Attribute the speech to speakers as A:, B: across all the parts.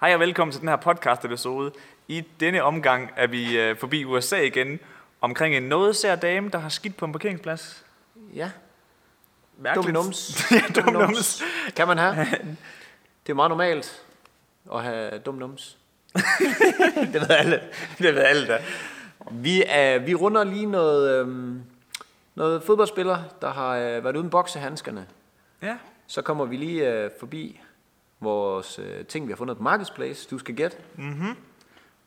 A: Hej og velkommen til den her podcast-episode. I denne omgang er vi øh, forbi USA igen, omkring en noget sær dame, der har skidt på en parkeringsplads.
B: Ja,
A: Mærkeligt.
B: dum nums.
A: ja, dum nums.
B: Kan man have. Det er meget normalt at have dum nums. det ved alle. Det ved alle da. Vi, er, vi runder lige noget, øhm, noget fodboldspiller, der har øh, været uden boksehandskerne.
A: Ja,
B: Så kommer vi lige øh, forbi vores øh, ting, vi har fundet på Marketplace. Du skal gætte.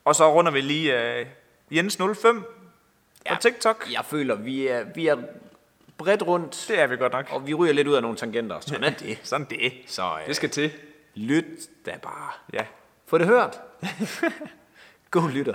A: og så runder vi lige øh, Jens05 ja. og TikTok.
B: Jeg føler, vi er, vi er bredt rundt,
A: Det er vi godt nok.
B: og vi ryger lidt ud af nogle tangenter. Sådan er det.
A: Sådan det.
B: Så øh,
A: Det skal til.
B: lyt da bare.
A: Ja.
B: Få det hørt. God lytter.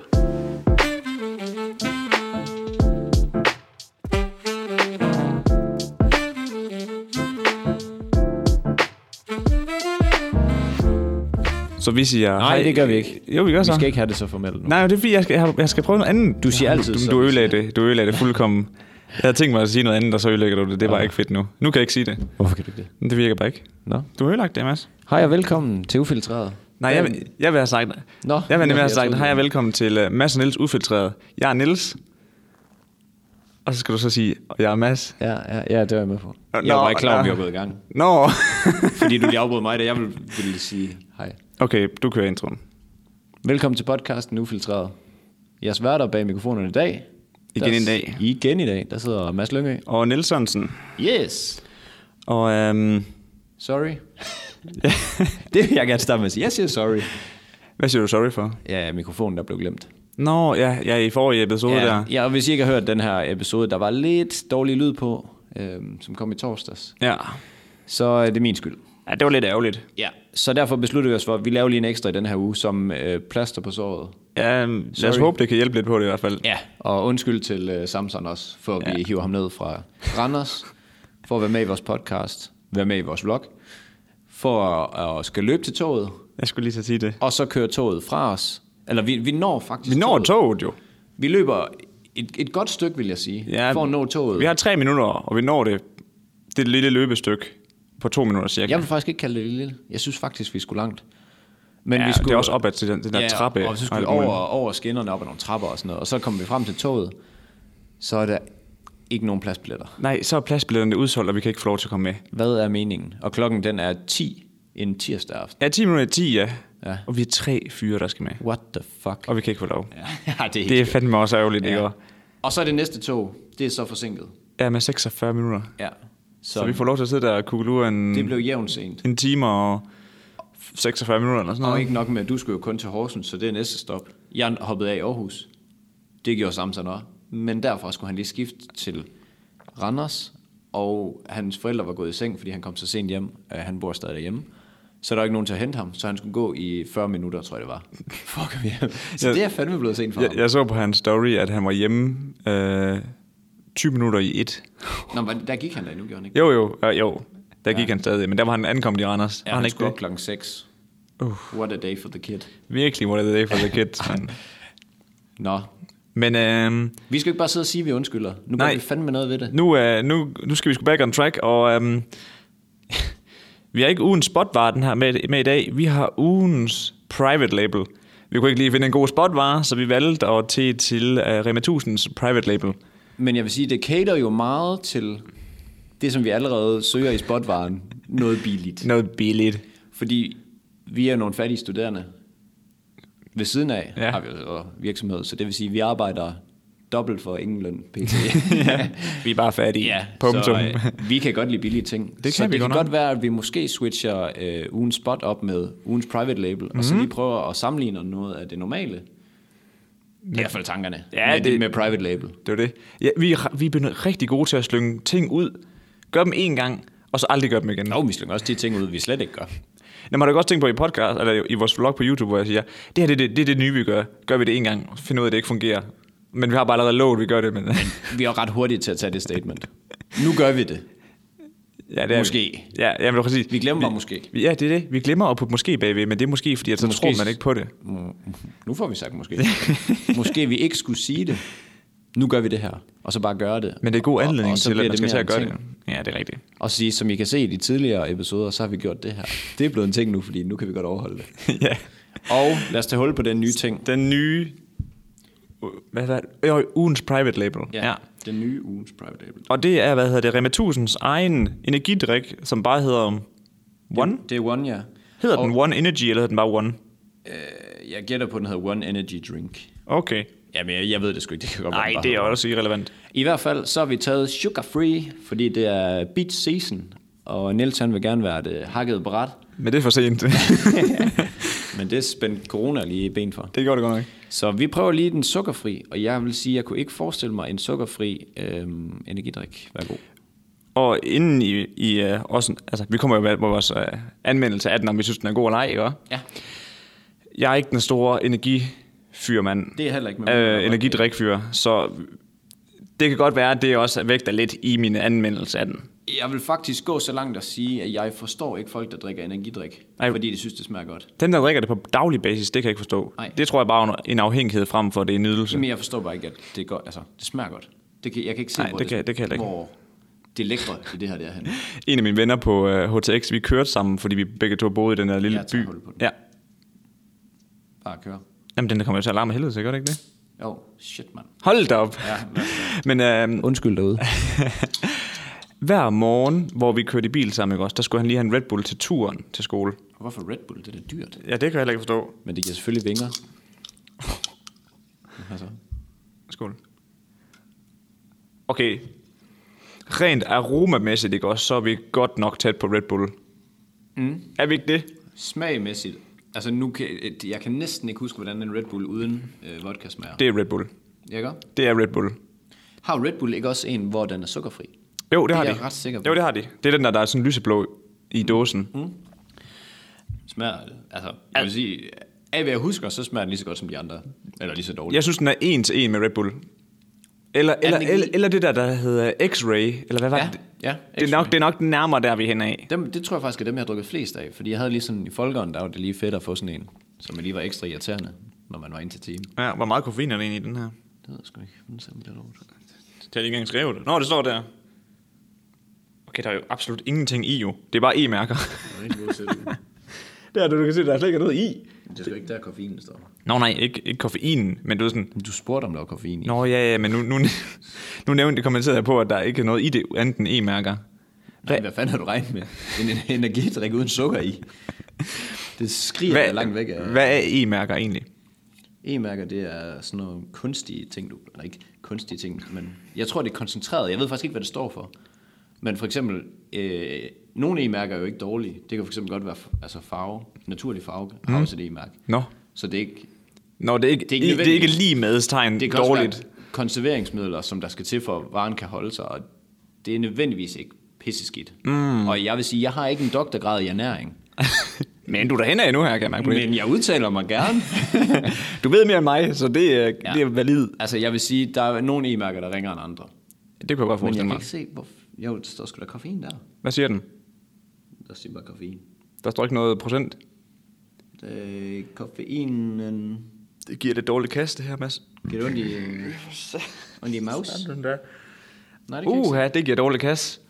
C: Så vi siger...
D: Nej,
C: hej.
D: det gør vi ikke.
C: Jo, vi gør så.
D: Vi skal ikke have det så formelt nu.
C: Nej, men det er fordi, jeg skal, jeg har- jeg skal prøve noget andet.
D: Du siger altid
C: du,
D: så,
C: Du
D: hvis
C: ødelagde det. Du ødelagde det fuldkommen. Jeg havde tænkt mig at sige noget andet, og så ødelægger du det. Det er bare ikke fedt nu. Nu kan jeg ikke sige det.
D: Hvorfor kan du ikke det?
C: Men Det virker bare ikke.
D: Nå.
C: Du har ødelagt det, Mads.
D: Hej og velkommen til Ufiltreret.
C: Nej, jeg, vil- jeg vil have sagt...
D: Øhm, Nå,
C: jeg vil nemlig have
D: jeg
C: sagt,
D: troede,
C: hej
D: det
C: og velkommen til uh, Mads og Niels Ufiltreret. Jeg er Niels. Og så skal du så sige, og jeg er Mads.
D: Ja, ja, ja, det var jeg med på.
C: Nå,
D: jeg var ikke klar,
C: nå.
D: om vi var gået i gang.
C: Nå,
D: Fordi du lige afbrød mig, da jeg ville, ville sige hej.
C: okay, du kører introen.
D: Velkommen til podcasten Ufiltreret. Jeres værter bag mikrofonerne i dag.
C: Igen
D: der,
C: i dag.
D: Igen i dag. Der sidder Mads Lyngø.
C: Og Niels Sørensen.
D: Yes.
C: Og øhm,
D: Sorry. det vil jeg gerne starte med at sige. Jeg siger sorry.
C: hvad siger du sorry for?
D: Ja, mikrofonen der blev glemt.
C: Nå, ja, ja i forrige episode der.
D: Ja, ja, og hvis I ikke har hørt den her episode, der var lidt dårlig lyd på, øhm, som kom i torsdags,
C: Ja.
D: så er det min skyld.
C: ja, det var lidt ærgerligt.
D: Ja, så derfor besluttede vi os for, at vi laver lige en ekstra i den her uge, som øh, plaster på såret.
C: Ja, øhm, lad os
D: Sorry.
C: håbe, det kan hjælpe lidt på det i hvert fald.
D: Ja, og undskyld til øh, Samson også, for at vi hiver ham ned fra Randers, for at være med i vores podcast, være med i vores vlog, for at, at skal løbe til toget,
C: Jeg skulle lige så sige det.
D: og så køre toget fra os. Eller vi, vi når faktisk
C: Vi når toget jo.
D: Vi løber et, et godt stykke, vil jeg sige, ja, for at nå toget.
C: Vi har tre minutter, og vi når det. Det er et lille løbestykke på to minutter cirka.
D: Jeg vil faktisk ikke kalde det lille. Jeg synes faktisk, vi skulle langt. Men
C: ja, det er også opad til den, den der trappe.
D: og så
C: og
D: skulle vi
C: alt muligt.
D: over, over skinnerne op ad nogle trapper og sådan noget. Og så kom vi frem til toget. Så er der ikke nogen pladsbilletter.
C: Nej, så er pladsbilletterne udsolgt, og vi kan ikke få lov til at komme med.
D: Hvad er meningen? Og klokken den er 10 en tirsdag aften.
C: Ja, 10 minutter i 10, ja.
D: Ja.
C: Og vi er tre fyre, der skal med.
D: What the fuck?
C: Og vi kan ikke få lov.
D: Ja, ja, det er,
C: Det
D: det
C: er fandme også ærgerligt,
D: Ja.
C: ja.
D: Og så er det næste tog. Det er så forsinket.
C: Ja, med 46 minutter.
D: Ja. Så,
C: Så vi får lov til at sidde der og kugle en,
D: det blev jævnt sent.
C: en time og 46 minutter eller sådan
D: Og
C: noget.
D: ikke nok med, at du skulle jo kun til Horsens, så det er næste stop. Jeg hoppede af i Aarhus. Det gjorde Samson også. Men derfra skulle han lige skifte til Randers, og hans forældre var gået i seng, fordi han kom så sent hjem. Øh, Han bor stadig derhjemme. Så der var ikke nogen til at hente ham, så han skulle gå i 40 minutter, tror jeg det var. Fuck ham hjem. Så
C: Jeg-
D: det er fandme blevet sent for ham.
C: Jeg, jeg så på hans story, at han var hjemme øh, 20 minutter i et.
D: Nå, men der gik han da, nu gjorde han ikke.
C: Jo, jo, øh, jo. Der gik ja. han stadig, men der var han ankommet i Randers. var
D: Ja, han,
C: han
D: han
C: ikke
D: skulle op
C: det?
D: klokken 6. Uh. What a day for the kid.
C: Virkelig, what er det for the kid. Men,
D: Nå,
C: men øh,
D: vi skal jo ikke bare sidde og sige, at vi undskylder. Nu gør
C: Nej.
D: vi fandme noget ved det.
C: nu, øh, nu, nu skal vi sgu back on track, og øh, vi har ikke ugens spotvarden her med, med i dag. Vi har ugens private label. Vi kunne ikke lige finde en god spotvare, så vi valgte at tage til øh, Rema 1000's private label.
D: Men jeg vil sige, det cater jo meget til det, som vi allerede søger i spotvaren. Noget billigt.
C: Noget billigt.
D: Fordi vi er nogle fattige studerende. Ved siden af ja.
C: Ja.
D: har vi jo virksomhed, så det vil sige, at vi arbejder dobbelt for ingen løn pt.
C: Vi er bare fattige.
D: ja,
C: Punktum.
D: så øh, vi kan godt lide billige ting.
C: kan
D: så
C: vi
D: det
C: godt
D: kan
C: nok.
D: godt være, at vi måske switcher øh, ugens spot op med ugens private label, mm-hmm. og
C: Mhm.
D: så lige prøver at sammenligne noget af det normale. I hvert fald tankerne
C: Ja,
D: med,
C: det-
D: med private label.
C: Det var det. Ja, vi, er- vi er blevet rigtig gode til at slynge ting ud. Gør dem én gang, og så aldrig gør dem igen.
D: Nå, vi slynger også de ting ud, vi slet ikke gør.
C: Nå, man har da godt tænkt på i podcast, eller i vores vlog på YouTube, hvor jeg siger, det her det, er det, det er det nye, vi gør. Gør vi det en gang, finder ud af, at det ikke fungerer. Men vi har bare allerede lovet, at vi gør det. Men,
D: Vi er jo ret hurtige til at tage det statement. Nu gør vi det.
C: ja, det er,
D: Måske.
C: Ja, ja, men præcis.
D: Vi glemmer bare måske.
C: Vi, ja, det er det. Vi glemmer at putte måske bagved, men det er måske, fordi at så
D: Måske-
C: tror man ikke på det.
D: Nu får vi sagt måske. måske vi ikke skulle sige det. Nu gør vi det her. Og så bare gøre det.
C: Men det er god
D: Og-
C: anledning
D: og så
C: til, at
D: bliver
C: man skal
D: mere
C: til at
D: en
C: gøre
D: ting.
C: det. Ja, det er rigtigt.
D: Og så sige, som I kan se i de tidligere episoder, så har vi gjort det her. Det er blevet en ting nu, fordi nu kan vi godt overholde det.
C: ja.
E: Og lad os tage hul på den nye ting.
C: Den nye... Hvad var det? Jo, ugens private label.
E: Den nye ugens private label.
C: Og det er, hvad hedder det, Rema 1000's egen energidrik, som bare hedder One.
E: Det, det er One, ja.
C: Hedder den One Energy, eller hedder den bare One?
E: Øh, Jeg gætter på, at den hedder One Energy Drink.
C: Okay.
E: Jamen, jeg, jeg ved det sgu ikke. Det kan godt være,
C: Nej,
E: den bare
C: det er
E: hedder
C: også irrelevant.
E: I hvert fald, så har vi taget Sugar Free, fordi det er beach season, og Niels han vil gerne være det hakket bræt,
C: Men det er for sent.
E: men det spændte corona lige i ben for.
C: det gjorde det godt nok.
E: Så vi prøver lige den sukkerfri, og jeg vil sige, at jeg kunne ikke forestille mig en sukkerfri øhm, energidrik. Vær god.
C: Og inden i, i uh, også, altså, vi kommer jo med vores uh, anmeldelse af den, om vi synes, den er god eller ej, ikke? også?
E: Ja.
C: Jeg er ikke den store energifyrmand.
E: Det er heller ikke med mig.
C: øh, energidrikfyr, så det kan godt være, at det også vægter lidt i min anmeldelse af den.
E: Jeg vil faktisk gå så langt at sige, at jeg forstår ikke folk, der drikker energidrik,
C: Ej.
E: fordi de synes, det smager godt.
C: Dem, der drikker det på daglig basis, det kan jeg ikke forstå.
E: Nej.
C: Det tror jeg bare er en afhængighed frem for, at det er en nydelse.
E: Men jeg forstår bare ikke, at det, er godt. Altså, det smager godt. Det kan, jeg kan ikke se,
C: Nej,
E: hvor,
C: det kan- det kan jeg heller ikke.
E: hvor det lækre i det her det er henne.
C: En af mine venner på øh, HTX, vi kørte sammen, fordi vi begge to boede i den her lille
E: Jeg tager
C: by.
E: hul på den.
C: Ja.
E: Bare køre.
C: Jamen, den der kommer jo til alarm af helvede, så gør det ikke det?
E: Jo, shit, mand.
C: Hold da op.
E: Ja, lad os
C: Men øh,
E: Undskyld derude.
C: hver morgen, hvor vi kørte i bil sammen, ikke også, der skulle han lige have en Red Bull til turen til skole.
E: Hvorfor Red Bull? Det er da dyrt.
C: Ja, det kan jeg heller ikke forstå.
E: Men det giver selvfølgelig vinger. Altså.
C: Skål. Okay. Rent aromamæssigt, ikke også, så er vi godt nok tæt på Red Bull. Mm. Er vi ikke det?
E: Smagmæssigt. Altså nu kan, jeg kan næsten ikke huske, hvordan en Red Bull uden øh, vodka smager.
C: Det er Red Bull.
E: Jeg gør.
C: Det er Red Bull.
E: Har Red Bull ikke også en, hvor den er sukkerfri?
C: Jo, det,
E: Det
C: har
E: er
C: de.
E: jeg ret sikker på.
C: Jo, det har de. Det er den der, der er sådan lyseblå i dåsen. Mm.
E: Smager det? Altså, jeg vil sige, af hvad jeg husker, så smager den lige så godt som de andre. Eller lige så dårligt.
C: Jeg synes, den er en til en med Red Bull. Eller, eller,
E: den ikke
C: eller,
E: lige-
C: eller det der, der hedder X-Ray. Eller hvad var
E: Ja,
C: det?
E: ja,
C: Det er, nok, det er nok nærmere der, vi er henad.
E: Dem, det tror jeg faktisk er dem, jeg har drukket flest af. Fordi jeg havde lige sådan i folkeånden, der var det lige fedt at få sådan en, som lige var ekstra irriterende, når man var ind til timen.
C: Ja, hvor meget koffein er der egentlig i den her?
E: Det ved jeg sgu ikke. Hvordan ser man det lort?
C: Det har de ikke engang skrevet. det. Nå, det står der. Okay, der er jo absolut ingenting i jo. Det er bare E-mærker. Der, du kan se, der er slet ikke noget i.
E: Det er sgu ikke der, koffeinen står.
C: Nå nej, ikke, ikke koffeinen, men du er sådan...
E: Du spurgte, om der var koffein i.
C: Nå ja, ja, men nu, nu, nu nævnte kommenterede jeg på, at der ikke er noget i det, andet end E-mærker.
E: Nej, hvad fanden har du regnet med? En, en energidrik uden sukker i. Det skriger Hva? langt væk af.
C: hvad er E-mærker egentlig?
E: E-mærker, det er sådan nogle kunstige ting, du... Eller ikke kunstige ting, men... Jeg tror, det er koncentreret. Jeg ved faktisk ikke, hvad det står for. Men for eksempel... Øh, nogle e-mærker er jo ikke dårlige. Det kan for eksempel godt være altså farve, naturlig farve, har også et e-mærke.
C: Nå.
E: Så det er ikke...
C: Nå, det er ikke,
E: Det er
C: i-
E: ikke
C: det er
E: nødvendigt.
C: ikke lige medstegn
E: Det
C: det
E: kan også
C: dårligt.
E: være konserveringsmidler, som der skal til for, at varen kan holde sig, og det er nødvendigvis ikke pisseskidt. Mm. Og jeg vil sige, jeg har ikke en doktorgrad i ernæring,
C: Men du er derhen af nu her, kan jeg mærke på det.
E: men jeg udtaler mig gerne.
C: Du ved mere end mig, så det, er, ja. det er valid.
E: altså, jeg vil sige, der er nogle e-mærker, der ringer end andre.
C: Det kunne jeg godt
E: Men
C: forestille
E: jeg kan
C: mig.
E: ikke se, hvor... Jo, der står sgu da koffein der.
C: Hvad siger den?
E: Der står bare koffein.
C: Der står ikke noget procent.
E: Øh, koffeinen...
C: Det giver det dårligt kast, det her, Mads.
E: Giver det ondt i... øh, Ondt i mouse? Nej, det kan jeg ikke
C: Uha, det giver dårligt kast.
E: se.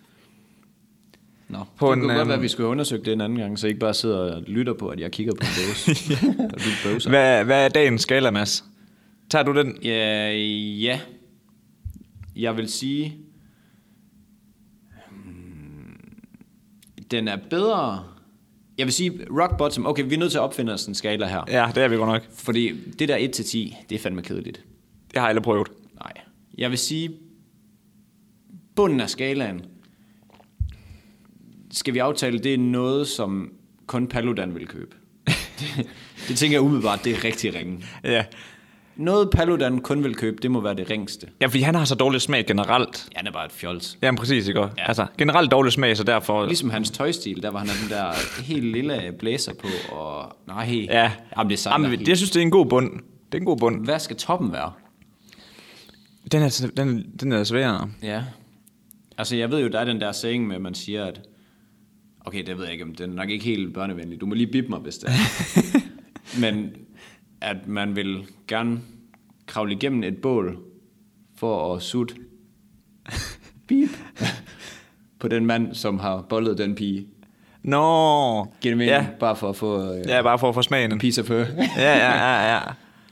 E: Nå,
C: på
E: det
C: en,
E: kunne godt
C: øhm,
E: være, at vi skulle undersøge det en anden gang, så I ikke bare sidder og lytter på, at jeg kigger på en dåse. Og du bøvser.
C: Hvad, hvad er dagens skala, Mads? Tager du den?
E: Ja, ja. Jeg vil sige, hmm, den er bedre. Jeg vil sige rock bottom. Okay, vi er nødt til at opfinde os en skala her.
C: Ja, det er vi godt nok.
E: Fordi det der 1-10, det er fandme kedeligt.
C: Det har jeg aldrig prøvet.
E: Nej. Jeg vil sige, bunden af skalaen, skal vi aftale, det er noget, som kun Paludan vil købe. det, det tænker jeg umiddelbart, det er rigtig ringe.
C: Ja.
E: Noget Paludan kun vil købe, det må være det ringste.
C: ja, fordi han har så dårlig smag generelt.
E: Ja, han er bare et fjols.
C: Jamen præcis, ikke? Ja.
E: Ja.
C: Altså, generelt dårlig smag, så derfor...
E: Ligesom hans tøjstil, der var han den der helt lille blæser på, og nej,
C: Ja.
E: jamen det sejler
C: Jamen,
E: helt.
C: det, jeg synes, det er en god bund. Det er en god bund.
E: Hvad skal toppen være?
C: Den er, den, den er sværere.
E: Ja. Altså, jeg ved jo, der er den der saying med, at man siger, at okay, det ved jeg ikke, om den er nok ikke helt børnevenlig. Du må lige bippe mig, hvis det er. Men at man vil gerne kravle igennem et bål for at sutte bip på den mand, som har boldet den pige.
C: Nå.
E: Giver det mening?
C: Ja.
E: Ja. Bare for at få øh, ja.
C: Ja, bare for at få smagen.
E: piece of her.
C: Ja, ja, ja, ja.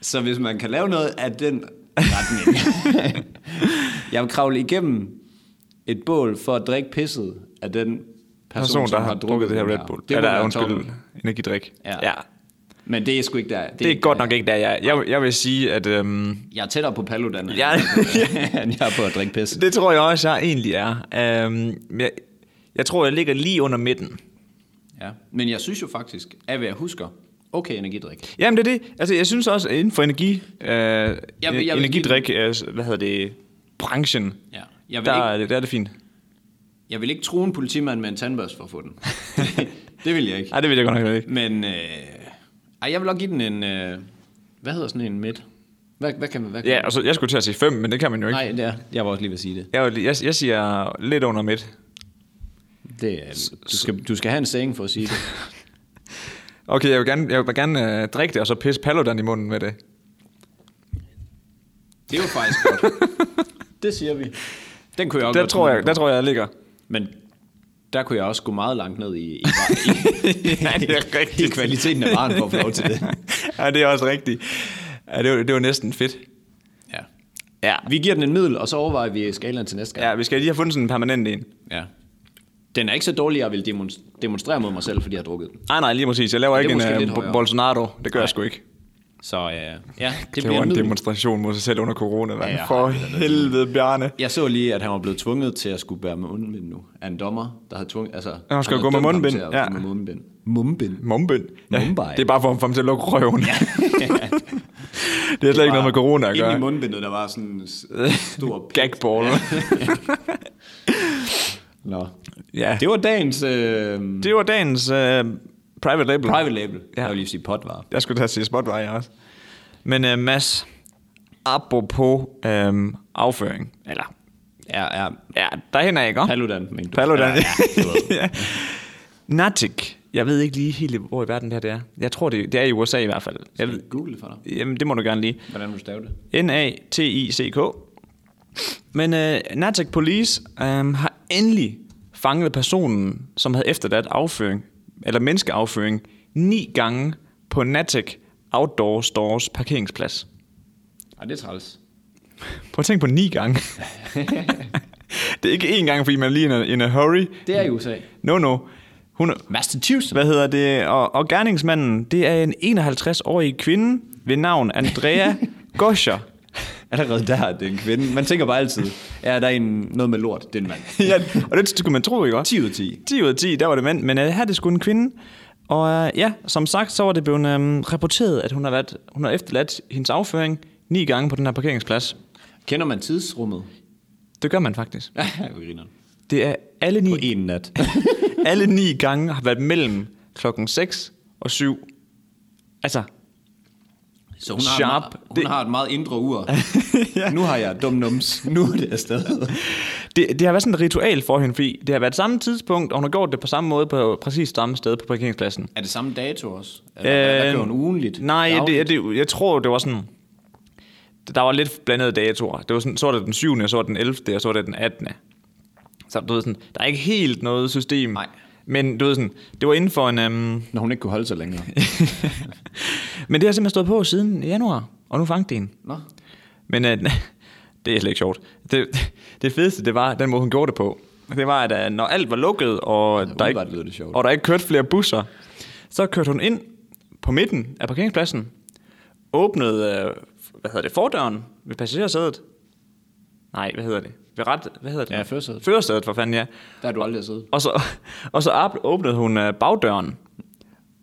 E: Så hvis man kan lave noget af den retning. jeg vil kravle igennem et bål for at drikke pisset af den person,
C: Person,
E: som
C: der har drukket det her Red Bull.
E: Det
C: Det Eller
E: er
C: undskyld,
E: undskyld.
C: energidrik.
E: Ja.
C: ja.
E: Men det er sgu ikke der. Det,
C: Det er godt nok ikke der, jeg, jeg, jeg vil sige, at øhm,
E: Jeg er tættere på Paludan, ja.
C: jeg,
E: end jeg er på at drikke pisse.
C: det tror jeg også, jeg egentlig er. Øhm, jeg, jeg tror, jeg ligger lige under midten.
E: Ja. Men jeg synes jo faktisk, at hvad jeg husker, okay energidrik.
C: Jamen det er det. Altså, jeg synes også, at inden for energi, øh,
E: jeg
C: jeg
E: vil
C: energidrik, øh, hvad hedder det, branchen,
E: Ja. Jeg, vil
C: der,
E: ikke,
C: er det- der er det fint.
E: jeg vil ikke true en politimand med en tandbørste for at få den. det vil jeg ikke.
C: Nej, det vil jeg godt nok heller ikke.
E: Men øh, ej, jeg vil nok give den en... Øh, hvad hedder sådan en midt? Hvad, hvad kan man... Hvad kan
C: Ja, og så, jeg skulle til at sige 5, men det kan man jo ikke.
E: Nej, det er, jeg var også lige ved at sige det.
C: Jeg, vil- jeg, jeg siger lidt under midt.
E: det er, du, skal, du skal have en saying for at sige det.
C: Okay, jeg vil gerne, jeg vil gerne øh, drikke det, og så pisse Paludan i munden med det.
E: Det er jo faktisk godt. det siger vi. Den kunne jeg også
C: Der
E: godt
C: tror
E: tro
C: jeg,
E: på.
C: der tror jeg, jeg ligger.
E: Men der kunne jeg også gå meget langt ned i, i, i,
C: Ja, det er rigtigt.
E: i kvaliteten af varen for at få lov til det.
C: ja, det er også rigtigt. Ja, det, var, det var næsten fedt.
E: Ja.
C: Ja.
E: Vi giver den en middel, og så overvejer vi skalaen til næste gang.
C: Ja, vi skal lige have fundet sådan en permanent en.
E: ja. Den er ikke så dårlig, jeg vil demonst- demonstrere mod mig selv, fordi jeg har drukket den.
C: Nej, nej, lige præcis. Jeg laver
E: Ja, det er
C: ikke en
E: måske lidt
C: uh,
E: højere.
C: Bo- Bolsonaro. Det gør
E: Nej.
C: jeg sgu ikke.
E: Så øh, ja, det
C: Det
E: bliver
C: var
E: en
C: en
E: middel.
C: demonstration mod sig selv under corona, mand.
E: Ja, ja.
C: For helvede, Bjarne.
E: Jeg så lige, at han var blevet tvunget til at skulle bære med mundbind nu. Af en dommer, der havde tvunget... Altså, han
C: skal
E: havde
C: gå med
E: dømt ham
C: mundbind,
E: til at
C: ja.
E: gå Med mundbind. Mundbind.
C: Mumbind.
E: Mumbai.
C: det er bare for at få ham til at lukke røven. det er slet ikke noget med corona at
E: Inde i
C: gøre.
E: mundbindet, der var sådan en s- stor... pik.
C: Gagball.
E: Nå.
C: ja.
E: Det var dagens øh,
C: Det var dagens øh, private label.
E: private label.
C: Ja.
E: Jeg vil lige sige potvarer.
C: Jeg skulle da sige Spotify også. Men øh, Mads, apropos øh, afføring, eller
E: Ja, ja.
C: ja, derhen er jeg ikke,
E: Paludan, men du.
C: Paludan.
E: Ja, ja, du ved.
C: Natic. Jeg ved ikke lige helt, hvor i verden det her det er. Jeg tror, det, det er i USA i hvert fald. Jeg ved,
E: Google det for dig.
C: jamen, det må du gerne lige.
E: Hvordan vil du stave det?
C: N-A-T-I-C-K. Men øh, Natic Police øh, har endelig fanget personen, som havde efterladt afføring, eller menneskeafføring, ni gange på Natic Outdoor Stores parkeringsplads.
E: Ej, det er træls.
C: Prøv at tænke på ni gange. det er ikke én gang, fordi man er lige in a, in a hurry.
E: Det er i USA.
C: No, no. Hun,
E: Massachusetts.
C: hvad hedder det? Og, og gerningsmanden, det er en 51-årig kvinde ved navn Andrea Goscher.
E: Allerede der er det en kvinde. Man tænker bare altid, ja, der er en, noget med lort, det er en mand.
C: ja, og det skulle man tro, ikke også?
E: 10 ud af 10.
C: 10 ud af 10, der var det mand, men uh, her er det sgu en kvinde. Og uh, ja, som sagt, så var det blevet um, rapporteret, at hun har, været, hun har efterladt hendes afføring ni gange på den her parkeringsplads.
E: Kender man tidsrummet?
C: Det gør man faktisk.
E: Ja, jeg griner.
C: Det er alle ni
E: På en nat.
C: alle ni gange har været mellem klokken 6 og 7. Altså,
E: Så hun,
C: Sharp.
E: har, et, meget- hun
C: Det-
E: det... har et meget indre ur. Nu har jeg dum nums. Nu er det afsted.
C: det, det har været sådan et ritual for hende, fordi det har været samme tidspunkt, og hun har gjort det på samme måde på præcis samme sted på parkeringspladsen.
E: Er det samme dato også? Eller, øh, der kører hun ugenligt?
C: Nej,
E: Dagligt?
C: det, det, jeg tror, det var sådan... Der var lidt blandede datoer. Det var sådan, så var det den 7., og så var det den 11., og så var det den 18. Så du ved sådan, der er ikke helt noget system.
E: Nej.
C: Men du ved sådan, det var inden for en... Øhm,
E: Når hun ikke kunne holde sig længere.
C: men det har simpelthen stået på siden januar, og nu fangede det en.
E: Nå.
C: Men øh, det er slet ikke sjovt. Det, det fedeste, det var den måde, hun gjorde det på. Det var, at øh, når alt var lukket, og, der ikke,
E: umiddelbart lyder det sjovt.
C: og der ikke kørte flere busser, så kørte hun ind på midten af parkeringspladsen, åbnede, øh, hvad hedder det, fordøren ved passagersædet. Nej, hvad hedder det? Ved ret, hvad hedder det?
E: Ja, førersædet.
C: Førersædet, for fanden, ja.
E: Der har du aldrig siddet.
C: Og så, og så op, åbnede hun øh, bagdøren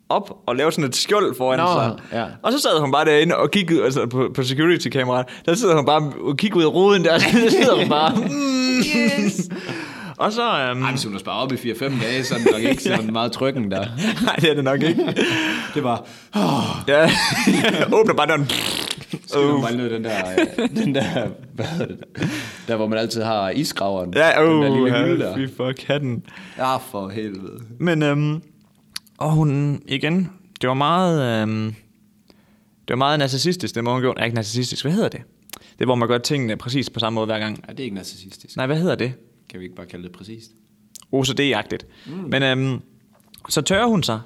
C: op og lavede sådan et skjold foran
E: Nå,
C: sig.
E: ja.
C: Og så sad hun bare derinde og kiggede altså på, på security-kameraet. Der sidder hun bare og kigger ud af ruden der. Der sidder hun bare... Mm. Yes. og så... Øhm,
E: Ej, hvis hun har sparet op i 4-5 dage, så er det nok ikke sådan meget trykken der.
C: nej, det er det nok ikke.
E: Det var,
C: Ja. Åbner bare døren.
E: så uh. bare ned den der, øh, den der, hvad hedder det, der hvor man altid har isgraveren.
C: Ja,
E: den der
C: oh,
E: lille hylde
C: ja,
E: der.
C: fy for katten.
E: Ja, for helvede.
C: Men, øhm, og hun, igen, det var meget, øhm, det var meget narcissistisk, det må hun gjort. Ja, ikke narcissistisk, hvad hedder det? Det er, hvor man gør tingene præcis på samme måde hver gang.
E: Ja, det er ikke narcissistisk.
C: Nej, hvad hedder det?
E: Kan vi ikke bare kalde det præcist?
C: OCD-agtigt. Mm. Men øhm, Så tørrer hun sig.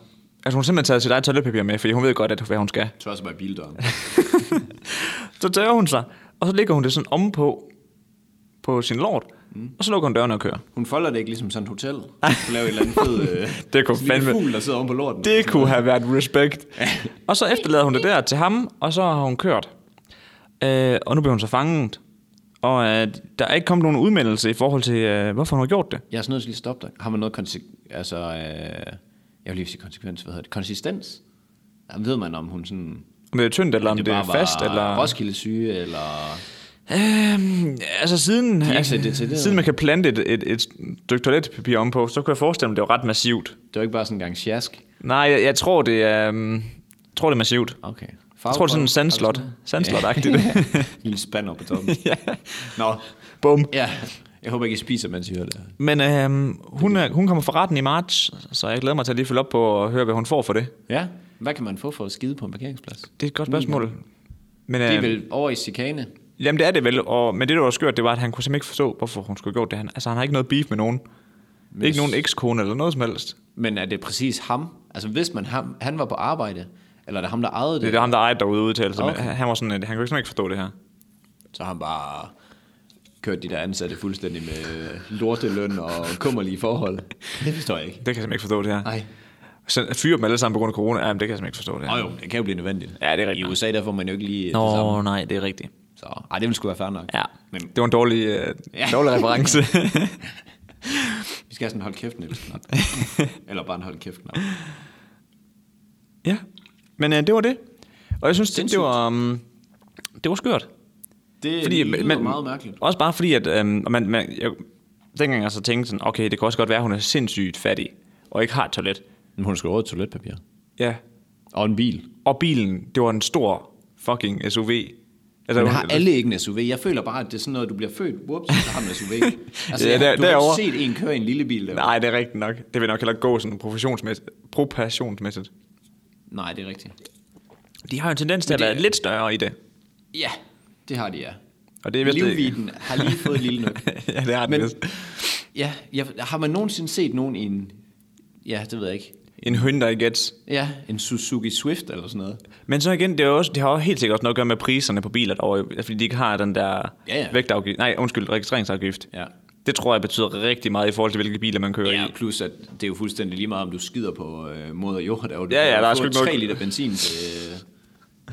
C: Altså hun har simpelthen taget sit eget toiletpapir med, fordi hun ved godt, at, hvad hun skal.
E: Tør sig bare i bildøren.
C: Så tørrer hun sig, og så ligger hun det sådan om på, på sin lort, mm. og så lukker hun døren og kører.
E: Hun folder det ikke ligesom sådan et hotel. Hun laver et eller andet fed... Øh,
C: Det kunne
E: sådan en lille
C: fandme-
E: fugl, der sidder oven på lorten.
C: Det kunne have været respekt. og så efterlader hun det der til ham, og så har hun kørt. Øh, og nu bliver hun så fanget. Og øh, der er ikke kommet nogen udmeldelse i forhold til, øh, hvorfor hun har gjort det.
E: Jeg er sådan nødt til lige at stoppe dig. Har man noget konse- altså, øh, jeg vil lige sige konsekvens, hvad hedder det? Konsistens? Ja, ved man, om hun sådan...
C: Om det er tyndt, eller om det, det er
E: bare var
C: fast, eller...
E: Roskilde syge, eller...
C: Øhm, altså siden,
E: ikke så
C: altså,
E: detaljerede.
C: siden man kan plante et, et, et stykke toiletpapir om på, så kunne jeg forestille mig, at det var ret massivt.
E: Det var ikke bare sådan en gang sjask.
C: Nej, jeg, jeg tror, det er, øhm, jeg tror, det er massivt.
E: Okay.
C: Jeg tror, det er sådan en sandslot.
E: altså.
C: Sandslot-agtigt.
E: Lille spand op på toppen.
C: Ja.
E: Nå,
C: Bum.
E: ja. Jeg håber ikke, I spiser, mens I hører det her.
C: Men øhm, hun, er, hun kommer fra retten i marts, så jeg glæder mig til at lige følge op på at høre, hvad hun får for det.
E: Ja. Hvad kan man få for at skide på en parkeringsplads?
C: Det er et godt spørgsmål. Men, øh,
E: Det er vel over i chikane.
C: Jamen, det er det vel. Og, men det, der var skørt, det var, at han kunne simpelthen ikke forstå, hvorfor hun skulle have gjort det. Han, altså, han har ikke noget beef med nogen. Ikke nogen ekskone eller noget som helst.
E: Men er det præcis ham? Altså hvis man ham, han var på arbejde, eller er det ham, der ejede det,
C: Det er ham, der ejer derude udtalelse. Okay.
E: Okay.
C: Han, var sådan, at han kunne simpelthen ikke forstå det her.
E: så har han bare kørt de der ansatte fuldstændig med lorteløn og kummerlige forhold. Det forstår jeg ikke.
C: Det kan jeg simpelthen ikke forstå det her.
E: Nej.
C: Så at fyre dem alle sammen på grund af corona, jamen, det kan jeg simpelthen ikke forstå det her.
E: Nå jo, det kan jo blive nødvendigt.
C: Ja, det er rigtigt.
E: I USA, der får man jo ikke lige det samme.
C: Nå, nej, det er rigtigt.
E: Så, ej, det ville sgu være fair nok.
C: Ja.
E: Men
C: Det var en dårlig, øh,
E: Ja.
C: dårlig reference.
E: vi skal have sådan en hold kæft, Niels. knap. Eller bare en hold kæft. knap.
C: ja. Men øh, det var det. Og jeg synes, det, det,
E: Sindssygt.
C: var, um, det var skørt.
E: Det
C: Fordi,
E: Fordi, lyder man, meget mærkeligt.
C: Også bare fordi, at øhm, og man, man, jeg, dengang jeg så tænkte sådan, okay, det kan også godt være, at hun er sindssygt fattig, og ikke har et toilet.
E: Men hun skal råde toiletpapir.
C: Ja.
E: Og en bil.
C: Og bilen, det var en stor fucking SUV. Altså,
E: Men
C: hun-
E: har alle ikke en SUV? Jeg føler bare, at det er sådan noget, du bliver født, whoops, så har man en SUV. Altså,
C: Ja,
E: ja,
C: der-
E: der, du har
C: derovre.
E: jo set en køre i en lille bil der.
C: Nej, det er rigtigt nok. Det vil nok heller ikke gå sådan professionsmæssigt. Proportionsmæssigt.
E: Nej, det er rigtigt.
C: De har jo en tendens til at
E: det-
C: være lidt større i det.
E: Ja, det har de, ja.
C: Og det er vist det-
E: Livviden har lige fået en lille nød.
C: ja, det har den
E: Men-
C: vist.
E: Ja, jeg, har man nogensinde set nogen i en... Ja, det ved jeg ikke.
C: En høn, der ikke gets.
E: Ja, en Suzuki Swift eller sådan noget.
C: Men så igen, det, er jo også, det har jo helt sikkert også noget at gøre med priserne på biler derovre, fordi de ikke har den der
E: Ja, ja.
C: vægtafgift. Nej, undskyld, registreringsafgift.
E: Ja.
C: Det tror jeg betyder rigtig meget i forhold til, hvilke biler man kører
E: Ja,
C: i.
E: plus at det er jo fuldstændig lige meget, om du skider på øh, moder jord. Der er jo, du
C: Ja, ja,
E: kan
C: der er
E: få
C: sgu ikke
E: 3
C: noget-
E: liter benzin til... Øh,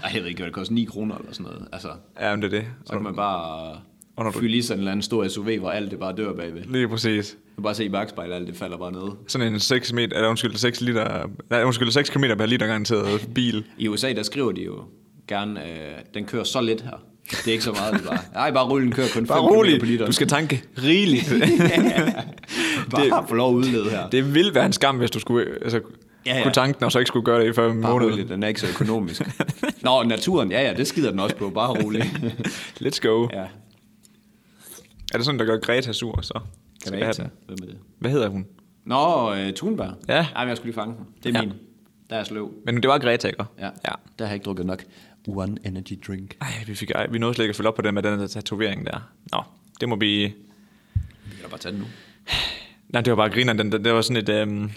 E: ej, jeg ved ikke, hvad det koster 9 kroner eller sådan noget. Altså,
C: Ja, men det er det.
E: så kan man bare
C: Og når du-
E: fylde i sådan en eller anden stor SUV, hvor alt det bare dør bagved. Du
C: Lige præcis.
E: kan bare se i bagspejlet, alt det falder bare ned.
C: Sådan en 6 meter, eller undskyld, 6 liter, nej, undskyld, 6 km per liter garanteret bil.
E: I USA, der skriver de jo gerne, øh, den kører så lidt her. Det er ikke så meget, det er bare. Nej, bare rullen kører kun 5
C: Bare
E: på
C: rolig,
E: literen.
C: du skal tanke rigeligt.
E: bare det, få lov at udlede her.
C: det ville være en skam, hvis du skulle altså, ja,
E: Ja,
C: ja.
E: ja.
C: kunne tanke den, og så ikke skulle gøre det i før en
E: Bare
C: måned.
E: roligt, den er ikke så økonomisk. Nå, naturen, ja ja, det skider den også på, bare rolig.
C: Let's go. Ja.
E: ja,
C: Er det sådan, der gør Greta sur, så? Skal vi have
E: Greta.
C: den?
E: Hvem er det?
C: Hvad hedder hun?
E: Nå, øh, Thunberg.
C: Ja.
E: Ej, men jeg skulle lige fange den. Det er
C: Ja.
E: ja. min. Der er sløv.
C: Men det var Greta, ikke?
E: Ja.
C: ja.
E: Der har jeg ikke drukket nok. One energy drink.
C: Ej, vi, fik, ej, vi nåede slet ikke at følge op på den med den der tatovering der. Nå, det må blive...
E: Vi kan da bare tage den nu.
C: Nej, det var bare grineren. Den, den, det var sådan et... Øhm,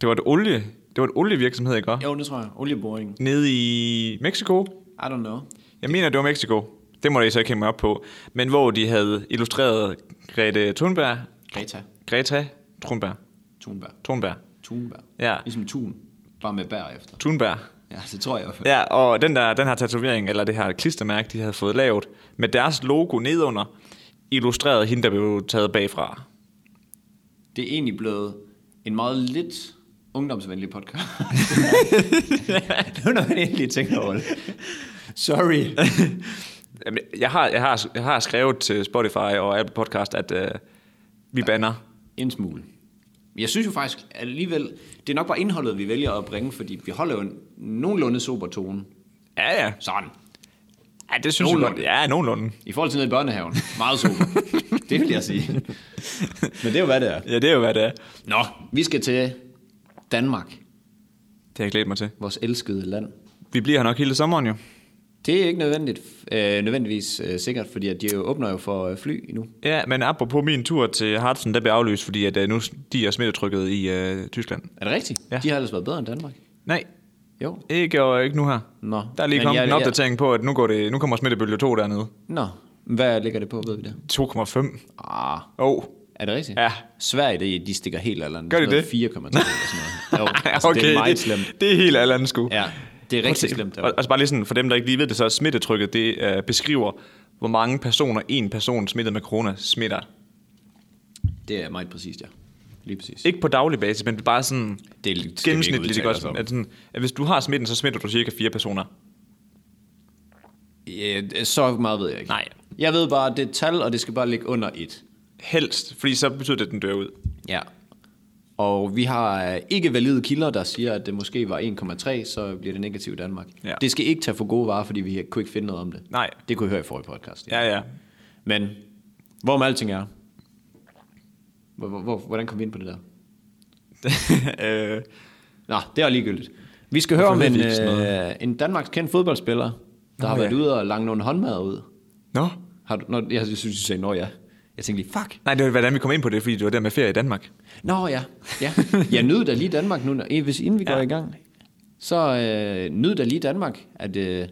C: det var et olie... Det var et olievirksomhed, ikke? også?
E: Jo, det tror jeg. Olieboring.
C: Nede i Mexico.
E: I don't know.
C: Jeg mener, det var Mexico. Det må jeg så ikke hænge mig op på. Men hvor de havde illustreret Grete Thunberg.
E: Greta.
C: Greta Thunberg.
E: Thunberg.
C: Thunberg.
E: Thunberg.
C: Ja.
E: Ligesom tun. Bare med bær efter.
C: Thunberg.
E: Ja, det tror jeg i hvert fald.
C: Ja, og den, der, den her tatovering, eller det her klistermærke, de havde fået lavet, med deres logo nedunder, illustrerede hende, der blev taget bagfra.
E: Det er egentlig blevet en meget lidt ungdomsvenlig podcast. nu når man egentlig tænker over det. Sorry.
C: Jamen, jeg, har, jeg, har, jeg har skrevet til Spotify og Apple Podcast, at øh, vi banner.
E: En smule. Jeg synes jo faktisk at alligevel, det er nok bare indholdet, vi vælger at bringe, fordi vi holder jo en nogenlunde sober tone.
C: Ja, ja.
E: Sådan.
C: ja det synes jeg godt.
E: Nogenlunde.
C: Ja, nogenlunde.
E: I forhold til noget i børnehaven. Meget sober. det vil jeg sige. Men det er jo, hvad det er.
C: Ja, det er jo, hvad det er.
E: Nå, vi skal til Danmark,
C: Det har jeg glædet mig til.
E: vores elskede land.
C: Vi bliver her nok hele sommeren jo.
E: Det er ikke nødvendigt, øh, nødvendigvis øh, sikkert, fordi at de jo åbner jo for øh, fly endnu.
C: Ja, men apropos min tur til Hartsen, der blev aflyst, fordi at, øh, nu stiger smittetrykket i øh, Tyskland.
E: Er det rigtigt?
C: Ja.
E: De har ellers været bedre end Danmark.
C: Nej,
E: Jo.
C: ikke, og ikke nu her.
E: Nå.
C: Der er lige
E: Men
C: kommet
E: jeg-
C: en
E: jeg-
C: opdatering på, at nu, går det, nu kommer smittebølge 2 dernede.
E: Nå. Hvad ligger det på, ved vi det?
C: 2,5.
E: Ah,
C: Åh, oh.
E: er det rigtigt?
C: Ja.
E: Sverige, de, de stikker helt eller andet.
C: Gør de
E: Sådan noget
C: det?
E: 4,3 eller sådan noget. Jo, altså,
C: okay,
E: det er meget
C: det,
E: slemt.
C: det er helt alle andre sku.
E: Ja, det er
C: Prøv at
E: rigtig
C: se.
E: slemt.
C: Og,
E: derovre.
C: altså bare lige sådan, for dem, der ikke lige ved det, så er smittetrykket, det øh, beskriver, hvor mange personer en person smittet med corona smitter.
E: Det er meget præcist, ja. Lige præcis.
C: Ikke på daglig basis, men bare sådan
E: Det skal vi ikke
C: gennemsnitligt. Det
E: udtale os
C: godt,
E: om.
C: at, sådan, at hvis du har smitten, så smitter du cirka fire personer.
E: Ja, så meget ved jeg ikke.
C: Nej.
E: Jeg ved bare, det er et tal, og det skal bare ligge under 1.
C: Helst, fordi så betyder det, at den dør ud.
E: Ja. Og vi har øh, ikke valide kilder, der siger, at det måske var 1,3, så bliver det negativt i Danmark.
C: Ja.
E: Det skal ikke tage for gode varer, fordi vi kunne ikke finde noget om det.
C: Nej.
E: Det kunne I høre i forrige podcast.
C: Ja, ja.
E: Men, hvorom alting er. Hvor, hvor, hvor, hvordan kom vi ind på det der?
C: øh,
E: Nå, det er ligegyldigt. Vi skal høre om
C: ved
E: en,
C: vi ikke sådan
E: øh, en Danmarks kendt fodboldspiller, der har været
C: ja.
E: ude og lange nogle håndmadder ud.
C: Nå.
E: Har du, når, jeg synes, du sagde, nå ja. Jeg tænkte lige, fuck.
C: Nej, det var, hvordan vi kom ind på det, fordi det var der med ferie i Danmark.
E: Nå ja, ja. Jeg nød da lige Danmark nu, når- eh, hvis inden vi går i gang. Så øh, nyd da lige Danmark, at øh,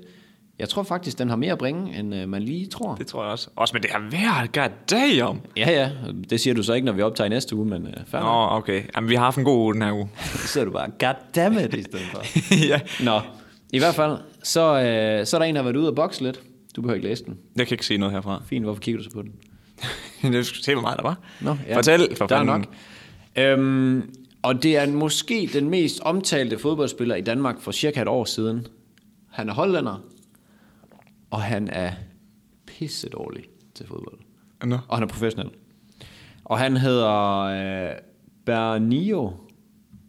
E: jeg tror faktisk, den har mere at bringe, end øh, man lige tror.
C: Det tror jeg også. Også med det her vejr, god damn.
E: Ja ja, det siger du så ikke, når vi optager i næste uge, men øh, færdig.
C: Nå, okay. Jamen, vi har haft en god uge den her uge.
E: Så sidder du bare, goddammit, i stedet for.
C: ja.
E: Nå, i hvert fald, så, øh, så er der en, der har været ude og bokse lidt. Du behøver ikke læse den.
C: Jeg kan ikke se noget herfra.
E: Fint, hvorfor kigger du så på den?
C: Jeg skulle se, hvor meget der var.
E: Nå, ja.
C: Fortæl, for
E: der er
C: fanden.
E: nok. Øhm, og det er måske den mest omtalte fodboldspiller i Danmark for cirka et år siden. Han er hollænder, og han er pisse dårlig til fodbold.
C: Nå.
E: Og han er professionel. Og han hedder øh, Bernio.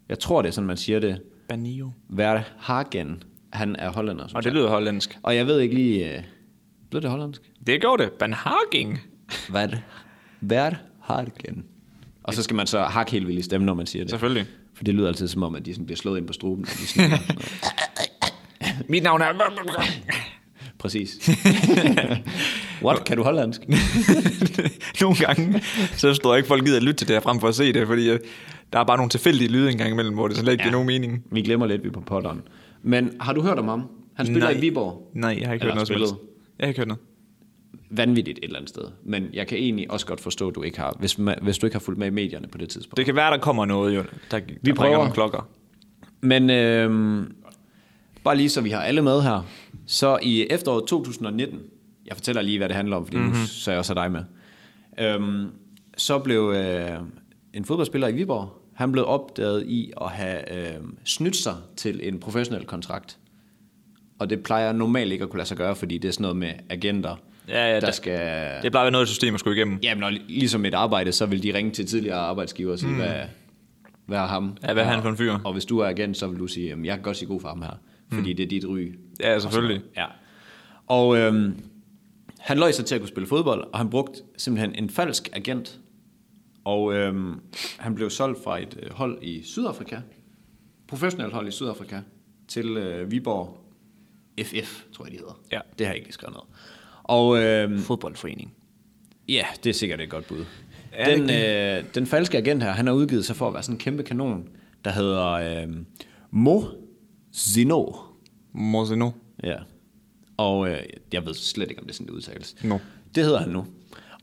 E: Jeg tror, det er sådan, man siger det.
C: Banio.
E: Verhagen. Han er hollænder. som
C: Og det lyder hollandsk.
E: Og jeg ved ikke lige... Øh, blev det hollandsk?
C: Det gjorde det. Banhaging.
E: Hvad? Verhagen. Og så skal man så hakke helt vildt i stemmen, når man siger det.
C: Selvfølgelig.
E: For det lyder altid som om, at de sådan bliver slået ind på struben. når De sådan,
C: Mit navn er...
E: præcis. What? Kan du hollandsk?
C: nogle gange, så står jeg ikke, folk gider at lytte til det her, frem for at se det, fordi øh, der er bare nogle tilfældige lyde engang imellem, hvor det slet ikke ja. giver nogen mening.
E: Vi glemmer lidt, vi er på potteren. Men har du hørt om ham? Han spiller i Viborg.
C: Nej, jeg har ikke
E: Eller
C: hørt noget
E: spillede.
C: spillet. Jeg har ikke hørt noget.
E: Vanvittigt et eller andet sted. Men jeg kan egentlig også godt forstå, at du ikke har, hvis, man, hvis du ikke har fulgt med i medierne på det tidspunkt.
C: Det kan være, der kommer noget, jo. Der, vi der
E: prøver.
C: bringer nogle klokker.
E: Men øhm, bare lige så vi har alle med her. Så i efteråret 2019, jeg fortæller lige, hvad det handler om, fordi
C: Mhm.
E: mm-hmm. nu så jeg også har dig med. Øhm, så blev øh, en fodboldspiller i Viborg, han blev opdaget i at have øh, snydt sig til en professionel kontrakt. Og det plejer normalt ikke at kunne lade sig gøre, fordi det er sådan noget med agenter,
C: Ja, ja,
E: der, der
C: der-
E: skal
C: Det plejer at være noget, et system at skulle igennem.
E: Jamen, og li- ligesom et arbejde, så vil de ringe til tidligere arbejdsgiver og sige, mm. hvad, hvad er ham?
C: Ja, hvad er han for en fyr? Mm.
E: Og hvis du er agent, så vil du sige, at jeg kan godt sige god for ham her, fordi det er dit ry.
C: Ja, selvfølgelig.
E: Ja. Og øhm, han løj sig til at kunne spille fodbold, og han brugte simpelthen en falsk agent. Og øhm, han blev solgt fra et øh, hold i Sydafrika, professionelt hold i Sydafrika, til øh, Viborg FF, tror jeg de hedder.
C: Ja.
E: Det har jeg ikke lige skrevet ned. Og øhm,
C: Fodboldforening.
E: Ja, det er sikkert et godt bud.
C: Er det
E: Den, øh, den falske agent her, han har udgivet sig for at være sådan en kæmpe kanon, der hedder øh, Mo Zino.
C: Mosino.
E: Ja. Og øh, jeg ved slet ikke, om det er sådan en udtalelse.
C: Nå.
E: Det hedder han nu.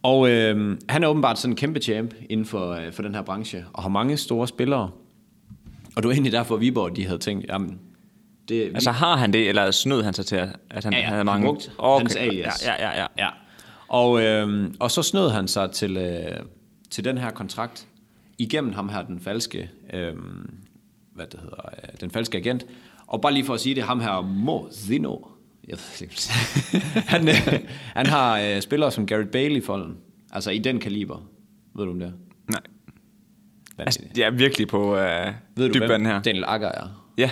E: Og øh, han er åbenbart sådan en kæmpe champ inden for, øh, for den her branche, og har mange store spillere. Og det var egentlig derfor, at Viborg de havde tænkt, jamen, det,
C: Altså har han det, eller snød han sig til, at at han
E: ja, ja,
C: havde
E: han
C: mange...
E: brugte hans alias.
C: Ja, ja, ja. ja.
E: Ja. Og, øh, og så snød han sig til, øh, til den her kontrakt igennem ham her, den falske, øh, hvad det hedder, øh, den falske agent. Og bare lige for at sige det, ham her, Mozino, jeg ved ikke, hvad jeg skal sige. han, øh, han har øh, spillere som Garrett Bale i folden, altså i den kaliber. Ved du om det er?
C: Nej.
E: Hvad
C: Altså, jeg er virkelig på øh,
E: Ved du,
C: dybvand her.
E: Daniel Agger er.
C: Ja,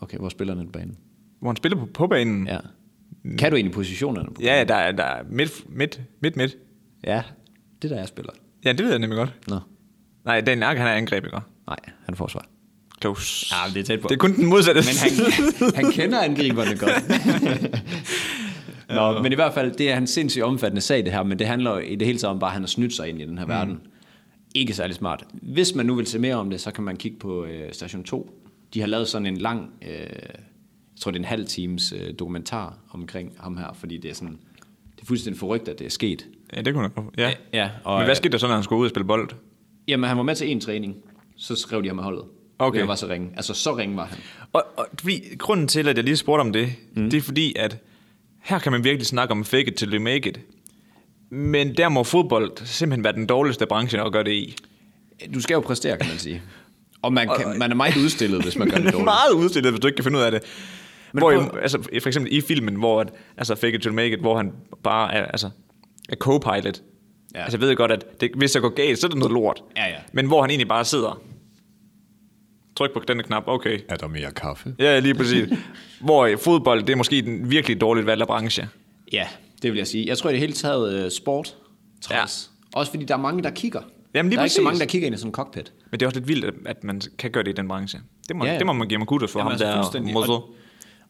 E: Okay, hvor spiller han den bane?
C: hvor han spiller på, på banen.
E: Ja. Kan du egentlig positionerne på?
C: Mm. Ja, ja der, er- der er midt, midt, midt, midt.
E: ja. Det er der, jeg spiller.
C: Ja, det ved jeg nemlig godt.
E: Nå,
C: Nej, Daniel Nakke, han er angrebiker.
E: nej, han er forsvar.
C: kan jo... s-
E: Ja, det er tæt på.
C: Det er kun den modsatte.
E: Men han, han kender angriberne godt. Nå, men i hvert fald, det er en sindssygt omfattende sag, det her, men det handler jo i det hele taget om bare, at han har snydt sig ind i den her mm. verden. Ikke særlig smart. Hvis man nu vil se mere om det, så kan man kigge på øh, Station 2. De har lavet sådan en lang, øh, jeg tror det er en halv times øh, dokumentar omkring ham her, fordi det er sådan, det er fuldstændig forrygt, at det er sket.
C: Ja, det kunne han. Ja.
E: Ja, og,
C: Men hvad skete der så, når han skulle ud og spille bold?
E: Jamen, han var med til en træning, så skrev de ham af holdet.
C: Okay.
E: Det var så ringe. Altså, så ringe var han.
C: Og, og fordi, grunden til, at jeg lige spurgte om det, mm. det er fordi, at her kan man virkelig snakke om fake it till you make it. Men der må fodbold simpelthen være den dårligste branche at gøre det i.
E: Du skal jo præstere, kan man sige. Og man, kan, man er meget udstillet, hvis man gør det dårligt.
C: Meget udstillet, hvis du ikke kan finde ud af det. Men hvor,
E: prøv-
C: i- altså, i- for eksempel i filmen, hvor at, altså, Fake It Till Make It, hvor han bare er, altså, er co-pilot.
E: Ja.
C: Ja. Altså, jeg ved godt, at det, hvis der går galt, så er det noget lort.
E: Ja, ja.
C: Men hvor han egentlig bare sidder. Tryk på denne knap, okay.
F: Er der mere kaffe?
C: Ja, lige præcis. hvor i fodbold, det er måske den virkelig dårligt valgte branche.
E: Ja, det vil jeg sige. Jeg tror i det hele taget øh, sport, træs. Ja. Også fordi der er mange, der kigger.
C: Jamen, lige
E: der er ikke så
C: præcis.
E: mange, der kigger ind i sådan en cockpit.
C: Men det er også lidt vildt, at- at man kan gøre det i den branche. Det må,
E: Ja,
C: ja,
E: ja.
C: ja. Det må man give mig kudos for Jamen, ham
E: altså,
C: der
E: fuldstændig.
C: Mozo.
E: Og,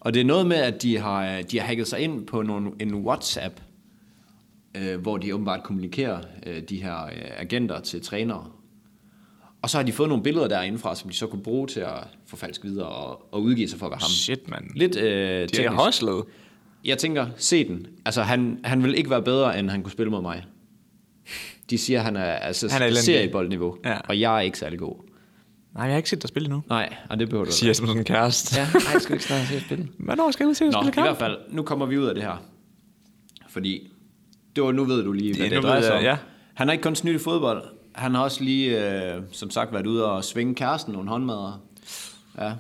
E: og det er noget med, at de har, de har hacket sig ind på nogle, en WhatsApp, øh, hvor de åbenbart kommunikerer øh, de her øh, agenter til trænere. Og så har de fået nogle billeder derindefra, som de så kunne bruge til at få falsk videre og, og udgive sig for at være ham.
C: Shit, mand.
E: Lidt øh,
C: Det er
E: teknisk.
C: hustlet.
E: Jeg tænker, se den. Altså, han, han vil ikke være bedre, end han kunne spille mod mig. De siger, han er, altså,
C: Han
E: han
C: er
E: er
C: elendig.
E: serieboldniveau, ja.
C: Ja.
E: og jeg er ikke særlig god.
C: Nej, jeg har ikke set dig spille endnu.
E: Nej, og det behøver du
C: Siger jeg som sådan en kæreste.
E: Ja, nej, jeg skal ikke snart se at spille.
C: Hvornår skal jeg ud til at
E: Nå,
C: spille
E: i hvert
C: kamp?
E: fald, nu kommer vi ud af det her. Fordi, det var, nu ved du lige, hvad
C: Ja,
E: det
C: nu
E: drejer
C: ved
E: sig
C: jeg,
E: om.
C: ja.
E: Han har ikke kun snydt i fodbold. Han har også lige, øh, som sagt, været ude og svinge kæresten nogle håndmadder. Ja.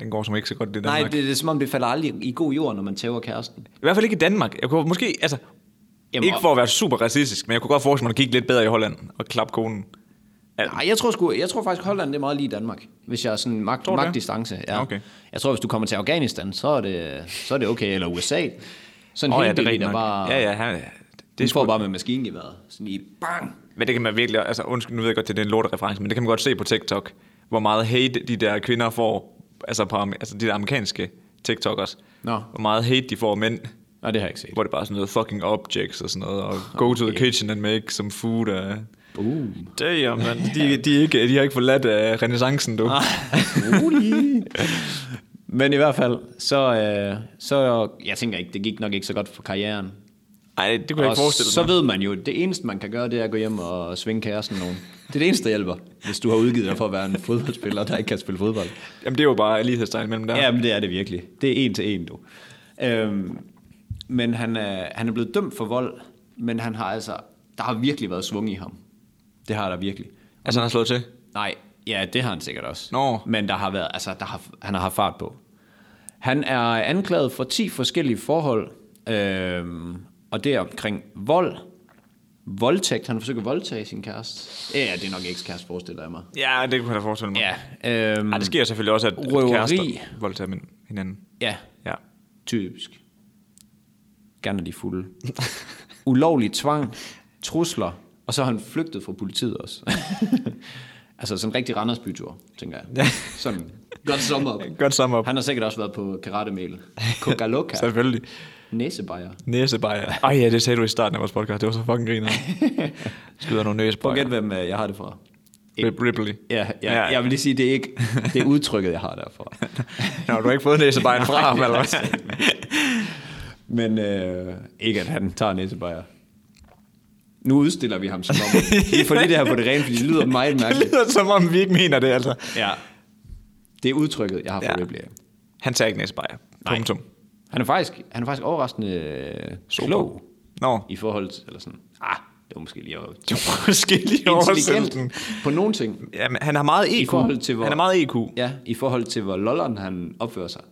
C: Den går som ikke så godt i Danmark.
E: Nej, det, det er som om, det falder aldrig i god jord, når man tæver kæresten.
C: I hvert fald ikke i Danmark. Jeg kunne måske, altså,
E: Jamen,
C: Jamen, ikke for at være super racistisk, men jeg kunne godt forestille mig at kigge lidt bedre i Holland og klappe konen.
E: Nej, jeg tror, sgu, jeg tror faktisk, Holland det er meget lige Danmark. Hvis jeg er sådan magt,
C: du det?
E: magtdistance. Ja.
C: Ja, okay.
E: Jeg tror, hvis du kommer til Afghanistan, så er det, så er det okay. Eller USA. Sådan oh,
C: ja,
E: helt ja,
C: rigtigt
E: der
C: nok.
E: bare...
C: Ja, ja, han,
E: Det
C: det er
E: får
C: sgu,
E: bare med maskingeværet. Sådan i bang.
C: men det kan man virkelig, altså undskyld, nu ved jeg godt, det er en lortereference, men det kan man godt se på TikTok, hvor meget hate de der kvinder får, altså, på, amer- altså de der amerikanske TikTokers.
E: Nå.
C: Hvor meget hate de får af mænd,
E: Nej, det har jeg ikke set.
C: hvor det bare er sådan noget fucking objects og sådan noget, og go to the kitchen and make some food. Uh.
E: Boom.
C: Damn, man. De, de, er ikke, de har ikke forladt uh, renaissancen, du.
E: Rolig. Men i hvert fald, så, øh, så jeg tænker ikke, det gik nok ikke så godt for karrieren.
C: Nej, det kunne jeg
E: Og
C: ikke forestille mig.
E: så ved man jo, det eneste man kan gøre, det er at gå hjem og svinge kæresten nogen. Det er det eneste, der hjælper, hvis du har udgivet dig for at være en fodboldspiller, der ikke kan spille fodbold.
C: Jamen, det er jo bare lighedstegn mellem der.
E: Ja, men det er det virkelig. Det er en til en, du. Øhm, men han er, han er blevet dømt for vold, men han har altså, der har virkelig været svung i ham. Det har der virkelig.
C: Altså, han har slået til.
E: Nej, ja, det har han sikkert også.
C: Nå.
E: Men der har været, altså, der har, han har haft fart på. Han er anklaget for 10 forskellige forhold, øhm, og det er omkring vold, voldtægt, han forsøger at voldtage sin kæreste. Ja, det er nok ekskæreste, forestiller jeg mig.
C: Ja, det kunne jeg da forestille mig. Mm.
E: Ja, øhm,
C: Ej, det sker selvfølgelig også, at, at
E: Røveri.
C: kærester voldtager men- hinanden.
E: ja,
C: Ja.
E: Typisk. Gerne er de fulde. Ulovlig tvang, trusler, og så har han flygtet fra politiet også. altså sådan en rigtig Randers bytur, tænker jeg. Sådan, godt sum up.
C: Godt sum up.
E: Han har sikkert også været på karatemel. Kokaloka.
C: Selvfølgelig.
E: Næsebajer.
C: Næsebajer. Ej, ja, det sagde du i starten af vores podcast. Det var så fucking griner. Skyder nogle
E: Prøv at
C: næsebajer.
E: gætte, hvem øh, jeg har det fra.
C: Rip Ripley.
E: Ja, ja, ja, jeg vil lige sige, det er ikke det er udtrykket, jeg har derfra.
C: Nå, du har ikke fået næsebajeren fra ham, eller hvad?
E: Men øh, ikke, at han tager næsebajer. Nu udstiller vi ham som om. Vi får lige det her på det rene, fordi det lyder meget
C: Det
E: mærkeligt.
C: lyder som om, vi ikke mener det, altså.
E: Ja. Det er udtrykket, jeg har fået
C: Ja.
E: ja. af.
C: Han tager ikke næsebajer. Punktum.
E: Han er faktisk, han er faktisk overraskende øh, klog
C: Nå.
E: i forhold til, eller sådan, ah, det var måske lige at
C: Det var måske lige oversættelsen.
E: intelligent på nogle ting.
C: Jamen, han har meget EQ.
E: I forhold til, hvor,
C: Han er meget EQ.
E: Ja, i forhold til, hvor lolleren han opfører sig.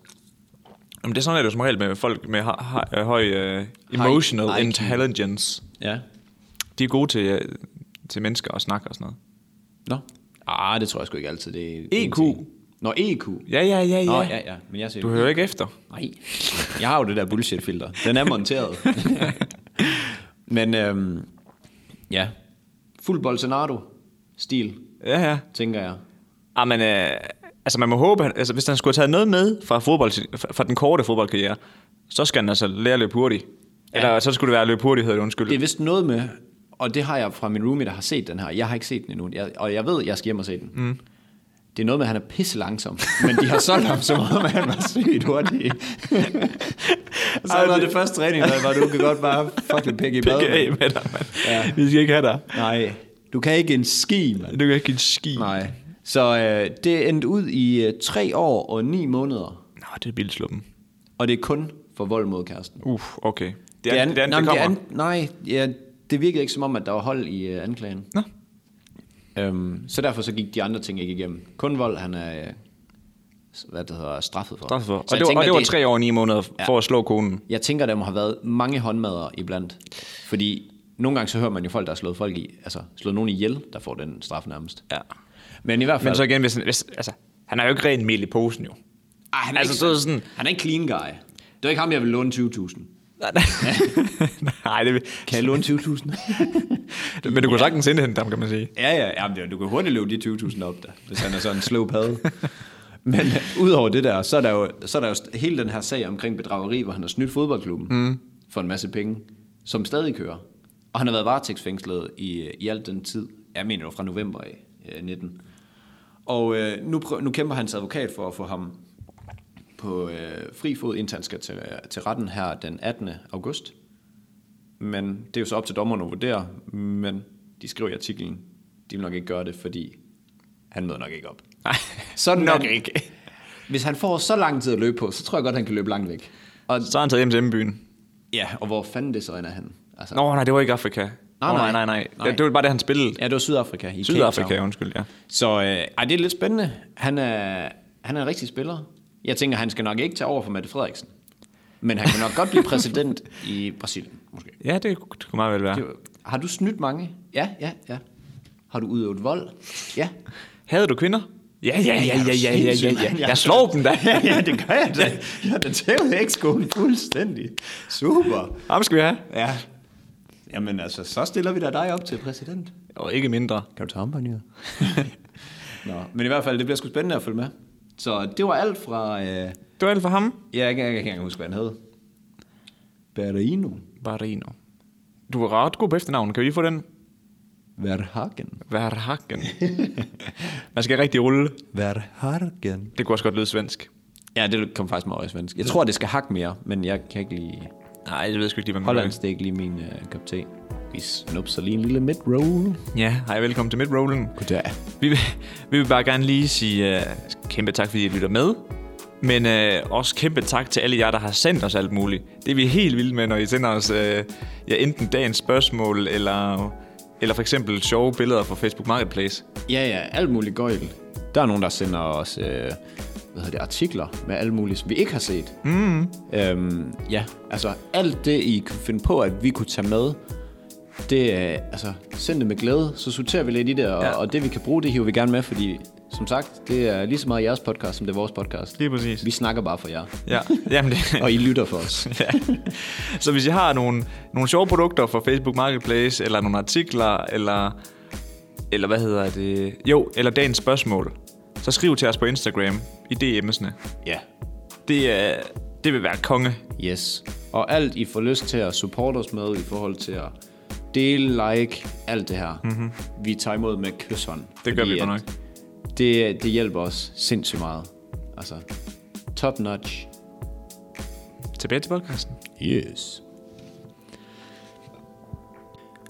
C: Jamen, det er sådan, at det jo som regel med folk med ha- ha- øh, høj uh, emotional
E: High IQ.
C: intelligence.
E: Ja.
C: De er gode til, uh, til mennesker og snakke og sådan noget.
E: Nå. Ah, det tror jeg sgu ikke altid. Det er
C: EQ.
E: en ting. Nå, E EQ.
C: Ja, ja, ja, ja.
E: Nå, ja, ja. Men jeg siger
C: Du hører ikke efter.
E: Nej, jeg har jo det der bullshit-filter. Den er monteret. Men øhm, ja, fuld Bolsonaro-stil,
C: Ja, ja.
E: tænker jeg.
C: Ah, men øh, Altså man må håbe, han, altså hvis han skulle have taget noget med fra, fodbold, fra- fra den korte fodboldkarriere, så skal han altså lære at løbe hurtigt. Ja. Eller så skulle det være at løbe hurtigt, hedder det undskyld.
E: Det er vist noget med, og det har jeg fra min roomie, der har set den her. Jeg har ikke set den endnu, jeg, og jeg ved, jeg skal hjem og se den. Mm. Det er noget med, at han er pisse langsom, men de har solgt ham så meget, at han var sygt hurtig. så var det første træning, der var, du kan godt bare fucking pikke i
C: Pikke
E: bad.
C: af med dig, mand. Ja. Vi skal ikke have dig.
E: Nej, du kan ikke en ski, mand.
C: Du kan ikke give et ski.
E: Nej. Så øh, det endte ud i øh, tre år og ni måneder,
C: Nå, det er bildsluppen.
E: og det er kun for vold mod kæresten.
C: Uff, okay. Det,
E: an-
C: er, det, er, det,
E: nej, men
C: kommer.
E: Det an- nej, ja, det virkede ikke som om, at der var hold i øh, anklagen.
C: Nå.
E: Øhm, så derfor så gik de andre ting ikke igennem. Kun vold, han er øh, s- hvad det hedder, straffet for.
C: Straffet for.
E: Så
C: Og,
E: jeg
C: det var,
E: tænker,
C: og det var tre år og ni måneder for
E: Ja.
C: at slå konen.
E: Jeg tænker, der må have været mange håndmadder iblandt. Fordi nogle gange så hører man jo folk, der har slået folk i, altså slået nogen ihjel, der får den straf nærmest.
C: Ja.
E: Men i hvert fald...
C: Men så igen, hvis, hvis, altså, han har jo ikke rent mel i posen, jo.
E: Ej, Ah, han, er
C: altså,
E: ikke,
C: så er det sådan-
E: han er ikke clean guy. Det var ikke ham, jeg ville låne 20.000.
C: Nej, Nej det vil...
E: Kan jeg låne 20.000?
C: Men du kunne sagtens indhente ham, kan man sige.
E: Ja, ja, jamen, det- du kan hurtigt løbe de 20.000 op, der, hvis han er sådan en slow padde. Men øh, udover det der, så er der, jo, så er der jo st- hele den her sag omkring bedrageri, hvor han har snydt fodboldklubben mm. for en masse penge, som stadig kører. Og han har været varetægtsfængslet i, øh, i al den tid, jeg mener jo fra november af øh, 19. Og øh, nu, prøv, nu kæmper hans advokat for at få ham på øh, fri fod, indtil han skal til, øh, til retten her den 18. august. Men det er jo så op til dommerne at vurdere, men de skriver i artiklen, de vil nok ikke gøre det, fordi han møder nok ikke op.
C: Nej,
E: Sådan
C: nok
E: er-
C: ikke.
E: Hvis han får så lang tid at løbe på, så tror jeg godt, han kan løbe langt væk. Og,
C: Så er han taget hjem til hjembyen.
E: ja, og hvor fanden det så end er han? Altså,
C: Nå, nej, det var ikke Afrika. Nå,
E: nej.
C: nej, nej, nej.
E: Nej.
C: Det, det var bare det, han spillede.
E: Ja, det var Sydafrika. I Cape Town.
C: Sydafrika, undskyld, ja.
E: Så øh, ej, det er lidt spændende. Han er, han er en rigtig spiller. Jeg tænker, han skal nok ikke tage over for Mette Frederiksen. Men han kan nok godt blive præsident i Brasilien, måske.
C: Ja, det, kunne- det kunne meget vel være.
E: Det var- Har du snydt mange? Ja, ja, ja. Har du udøvet vold? Ja.
C: Havde du kvinder? Ja, ja, ja,
E: Er du
C: ja, ja, ja,
E: sindssyg,
C: ja,
E: mand?
C: ja. Jeg slår dem da.
E: ja, ja, det gør jeg da. Jeg har da tævet ekskolen fuldstændig. Super.
C: Ham skal vi have.
E: Ja. Jamen altså, så stiller vi da dig op til præsident.
C: Og ikke mindre.
E: Kan du tage armbåndet? Nå, men i hvert fald, det bliver sgu spændende at følge med. Så det var alt fra... Øh,
C: Det var alt for ham.
E: Ja, jeg kan jeg kan ikke engang huske, hvad han hed. Berino.
C: Barino. Du er ret god på efternavn. Kan vi lige få den?
E: Verhagen.
C: Verhagen. Man skal rigtig rulle.
E: Verhagen.
C: Det kunne også godt lyde svensk.
E: Ja, det kom faktisk meget svensk. Jeg tror, det skal hakke mere, men jeg kan ikke lige...
C: Nej, det ved jeg sgu ikke lige, hvad man
E: Hollands, Mm-hmm. det er ikke lige min øh, kop te. Vi snupser lige en lille mid-roll.
C: gør. Ja, hej, velkommen til Midrollen.
E: Goddag.
C: Vi vil, vi vil bare gerne lige sige uh, kæmpe tak, fordi I lytter med. Men uh, også kæmpe tak til alle jer, der har sendt os alt muligt. Det er vi helt vilde med, når I sender os uh, ja, enten dagens spørgsmål, eller, eller for eksempel sjove billeder fra Facebook Marketplace.
E: Ja, ja, alt muligt gøjl. Der er nogen, der sender os øh, hvad hedder det, artikler med alt muligt, som vi ikke har set. Mm. Øhm, ja, altså alt det, I kunne finde på, at vi kunne tage med, det er, altså, send det med glæde, så sorterer vi lidt i det, og, ja. og det vi kan bruge, det hiver vi gerne med, fordi som sagt, det er lige så meget jeres podcast, som det er vores podcast.
C: Lige præcis.
E: Vi snakker bare for jer,
C: Ja, jamen det,
E: og I lytter for os.
C: ja. Så hvis I har nogle, nogle sjove produkter fra Facebook Marketplace, eller nogle artikler, eller, eller hvad hedder det? Jo, eller dagens spørgsmål, så skriv til os på Instagram i DM'sene.
E: ja,
C: Det, er, det vil være konge.
E: yes. Og alt, I får lyst til at supporte os med i forhold til at dele, like, alt det her. Mm-hmm. Vi tager imod med kysshånd.
C: Mhm. Det gør
E: fordi
C: vi godt
E: at-
C: nok.
E: det, det hjælper os sindssygt meget. Altså, top notch.
C: Tilbage til podcasten.
E: Yes.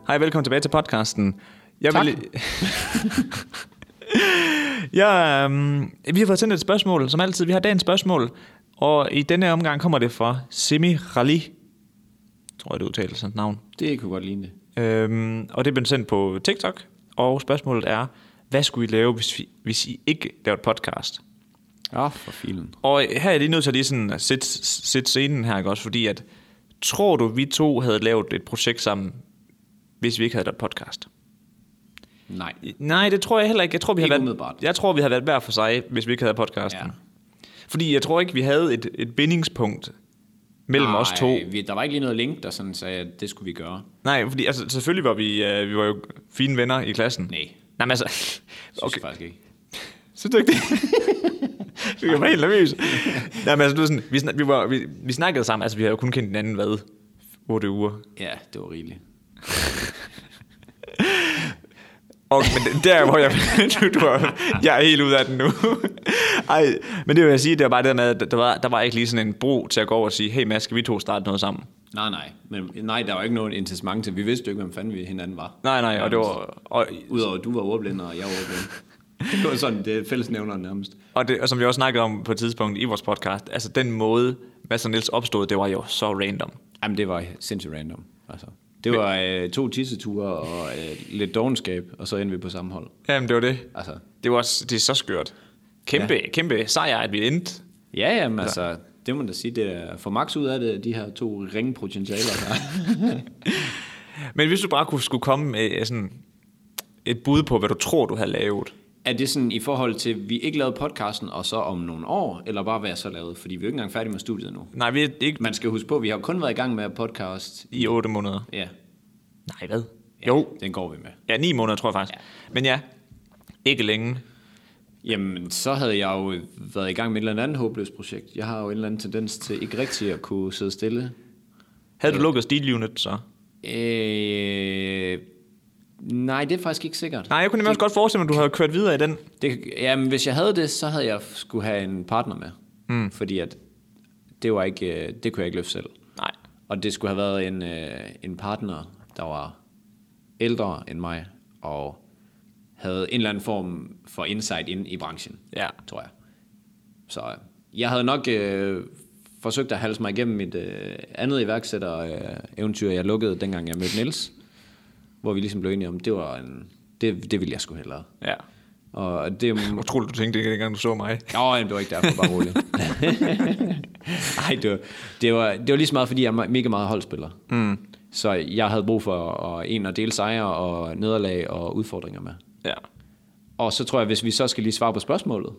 C: Hej, velkommen tilbage til podcasten. Jeg
E: Tak.
C: ja, øhm, vi har fået sendt et spørgsmål, som altid. Vi har dagens spørgsmål, og i denne omgang kommer det fra Semi Rali. Tror jeg, det udtales hans navn.
E: Det kunne godt ligne det.
C: Øhm, og det er blevet sendt på TikTok, og spørgsmålet er, hvad skulle I lave, hvis, vi, hvis I ikke lavede podcast?
E: Ah, for filen.
C: Og her er jeg lige nødt til at lige sådan at sætte, sætte scenen her, ikke også? Fordi at, tror du, vi to havde lavet et projekt sammen, hvis vi ikke havde lavet podcast?
E: Nej.
C: Nej, det tror jeg heller ikke. Jeg tror, vi
E: Ikke
C: havde
E: umiddelbart.
C: været, jeg tror, vi havde været hver for sig, hvis vi ikke havde podcasten.
E: Ja.
C: Ja. Fordi jeg tror ikke, vi havde et, et bindingspunkt mellem os to.
E: Nej, Vi, der var ikke lige noget link, der sådan sagde, at det skulle vi gøre.
C: Nej, fordi altså, selvfølgelig var vi, øh, vi var jo fine venner i klassen.
E: Nej.
C: Nej, men altså...
E: Synes
C: Okay,
E: okay. faktisk ikke.
C: synes du ikke det? Jeg var helt nervøs. Nej, men altså, du ved sådan, vi, snak, vi, var, vi, vi snakkede sammen, altså vi havde jo kun kendt hinanden, hvad? 8 uger.
E: Ja, det var rigeligt.
C: Og men der, hvor jeg... Du, du er, jeg er helt ude af den nu. Ej, men det vil jeg sige, det var bare det der med, at der var, der var ikke lige sådan en bro til at gå over og sige, hey Mads, skal vi to starte noget sammen?
E: Nej, nej. Men, nej, der var ikke noget incitament til. Vi vidste jo ikke, hvem fanden vi hinanden var.
C: Nej, nej, og det var... Og,
E: Udover at du var ordblind, og jeg var ordblind. Det var sådan, det er fællesnævneren nærmest.
C: og, det, og som vi også snakkede om på et tidspunkt i vores podcast, altså den måde, Mads og Niels opstod, det var jo så random.
E: Jamen, det var sindssygt random. Altså. Det var øh, to tisseture og øh, lidt dogenskab, og så endte vi på samme hold.
C: Jamen, det var det.
E: Altså,
C: Det var også, det er så skørt. Kæmpe, ja. kæmpe sejr, at vi endte.
E: ja, jamen, altså, det må man da sige, det er for max ud af det, de her to ringpotentialer. Der.
C: Men hvis du bare kunne skulle komme med øh, sådan et bud på, hvad du tror, du havde lavet.
E: er det sådan i forhold til, at vi ikke lavede podcasten, og så om nogle år, eller bare hvad jeg så lavede? Fordi vi er jo ikke engang færdige med studiet nu.
C: Nej, vi er ikke
E: Man skal huske på, at vi har jo kun været i gang med podcast.
C: i 8 måneder.
E: Ja,
C: Nej, hvad?
E: ja
C: Jo,
E: den går vi med.
C: ja, 9 måneder tror jeg faktisk. Ja. Men ja, ikke længe.
E: Jamen, så havde jeg jo været i gang med et eller andet håbløst projekt. Jeg har jo en eller anden tendens til ikke rigtig at kunne sidde stille.
C: Havde du lukket Steel Unit, så?
E: Øh, nej, det er faktisk ikke sikkert.
C: Nej, jeg kunne nemlig også godt forestille mig, at du havde kørt videre i den.
E: Det, jamen, hvis jeg havde det, så havde jeg skulle have en partner med. Mm. Fordi at det, var ikke, øh, det kunne jeg ikke løfte selv.
C: Nej.
E: Og det skulle have været en, øh, en partner, der var ældre end mig, og havde en eller anden form for insight ind i branchen,
C: Ja.
E: tror jeg. Så øh, jeg havde nok øh, forsøgt at halse mig igennem mit øh, andet iværksætter-eventyr, jeg lukkede, dengang jeg mødte Niels, hvor vi ligesom blev enige om, det var en, det, det ville jeg sgu hellere.
C: Ja.
E: Og det,
C: Utroligt, du tænkte det, dengang du så mig.
E: Nå, jamen, det var ikke derfor, bare roligt. Ej, det var, det, var, det var lige så meget, fordi jeg er me- mega meget holdspiller. Mm. Så jeg havde brug for at, en at dele sejre og nederlag og udfordringer med.
C: Ja.
E: Og så tror jeg, hvis vi så skal lige svare på spørgsmålet,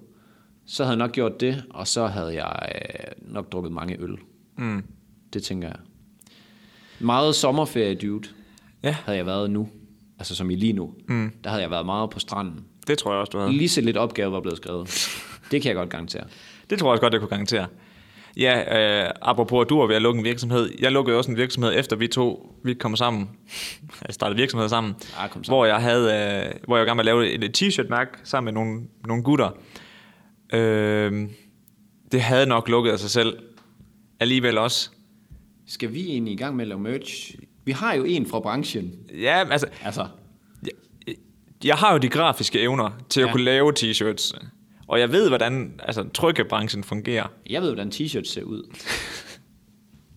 E: så havde jeg nok gjort det, og så havde jeg øh, nok drukket mange øl. Mm. Det tænker jeg. Meget sommerferie dude
C: Ja.
E: havde jeg været nu. Altså som i lige nu. Mm. Der havde jeg været meget på stranden.
C: Det tror jeg også, du havde.
E: Lige så lidt opgave var blevet skrevet. Det kan jeg godt garantere.
C: Det tror jeg også godt, jeg kunne garantere. Ja, øh, apropos, at du var ved at lukke en virksomhed. Jeg lukkede også en virksomhed, efter vi to vi kom sammen. Jeg startede virksomhed sammen.
E: Ah, kom sammen.
C: Hvor jeg, havde, øh, hvor jeg var i gang med at lave et, et t-shirt-mærke sammen med nogle, nogle gutter. Øh, det havde nok lukket af sig selv. Alligevel også.
E: Skal vi egentlig i gang med at lave merch? Vi har jo en fra branchen.
C: Ja, altså,
E: Altså,
C: jeg, jeg har jo de grafiske evner til at
E: Ja.
C: kunne lave t-shirts. Og jeg ved, hvordan altså, trykkebranchen fungerer.
E: jeg ved, hvordan t-shirts ser ud.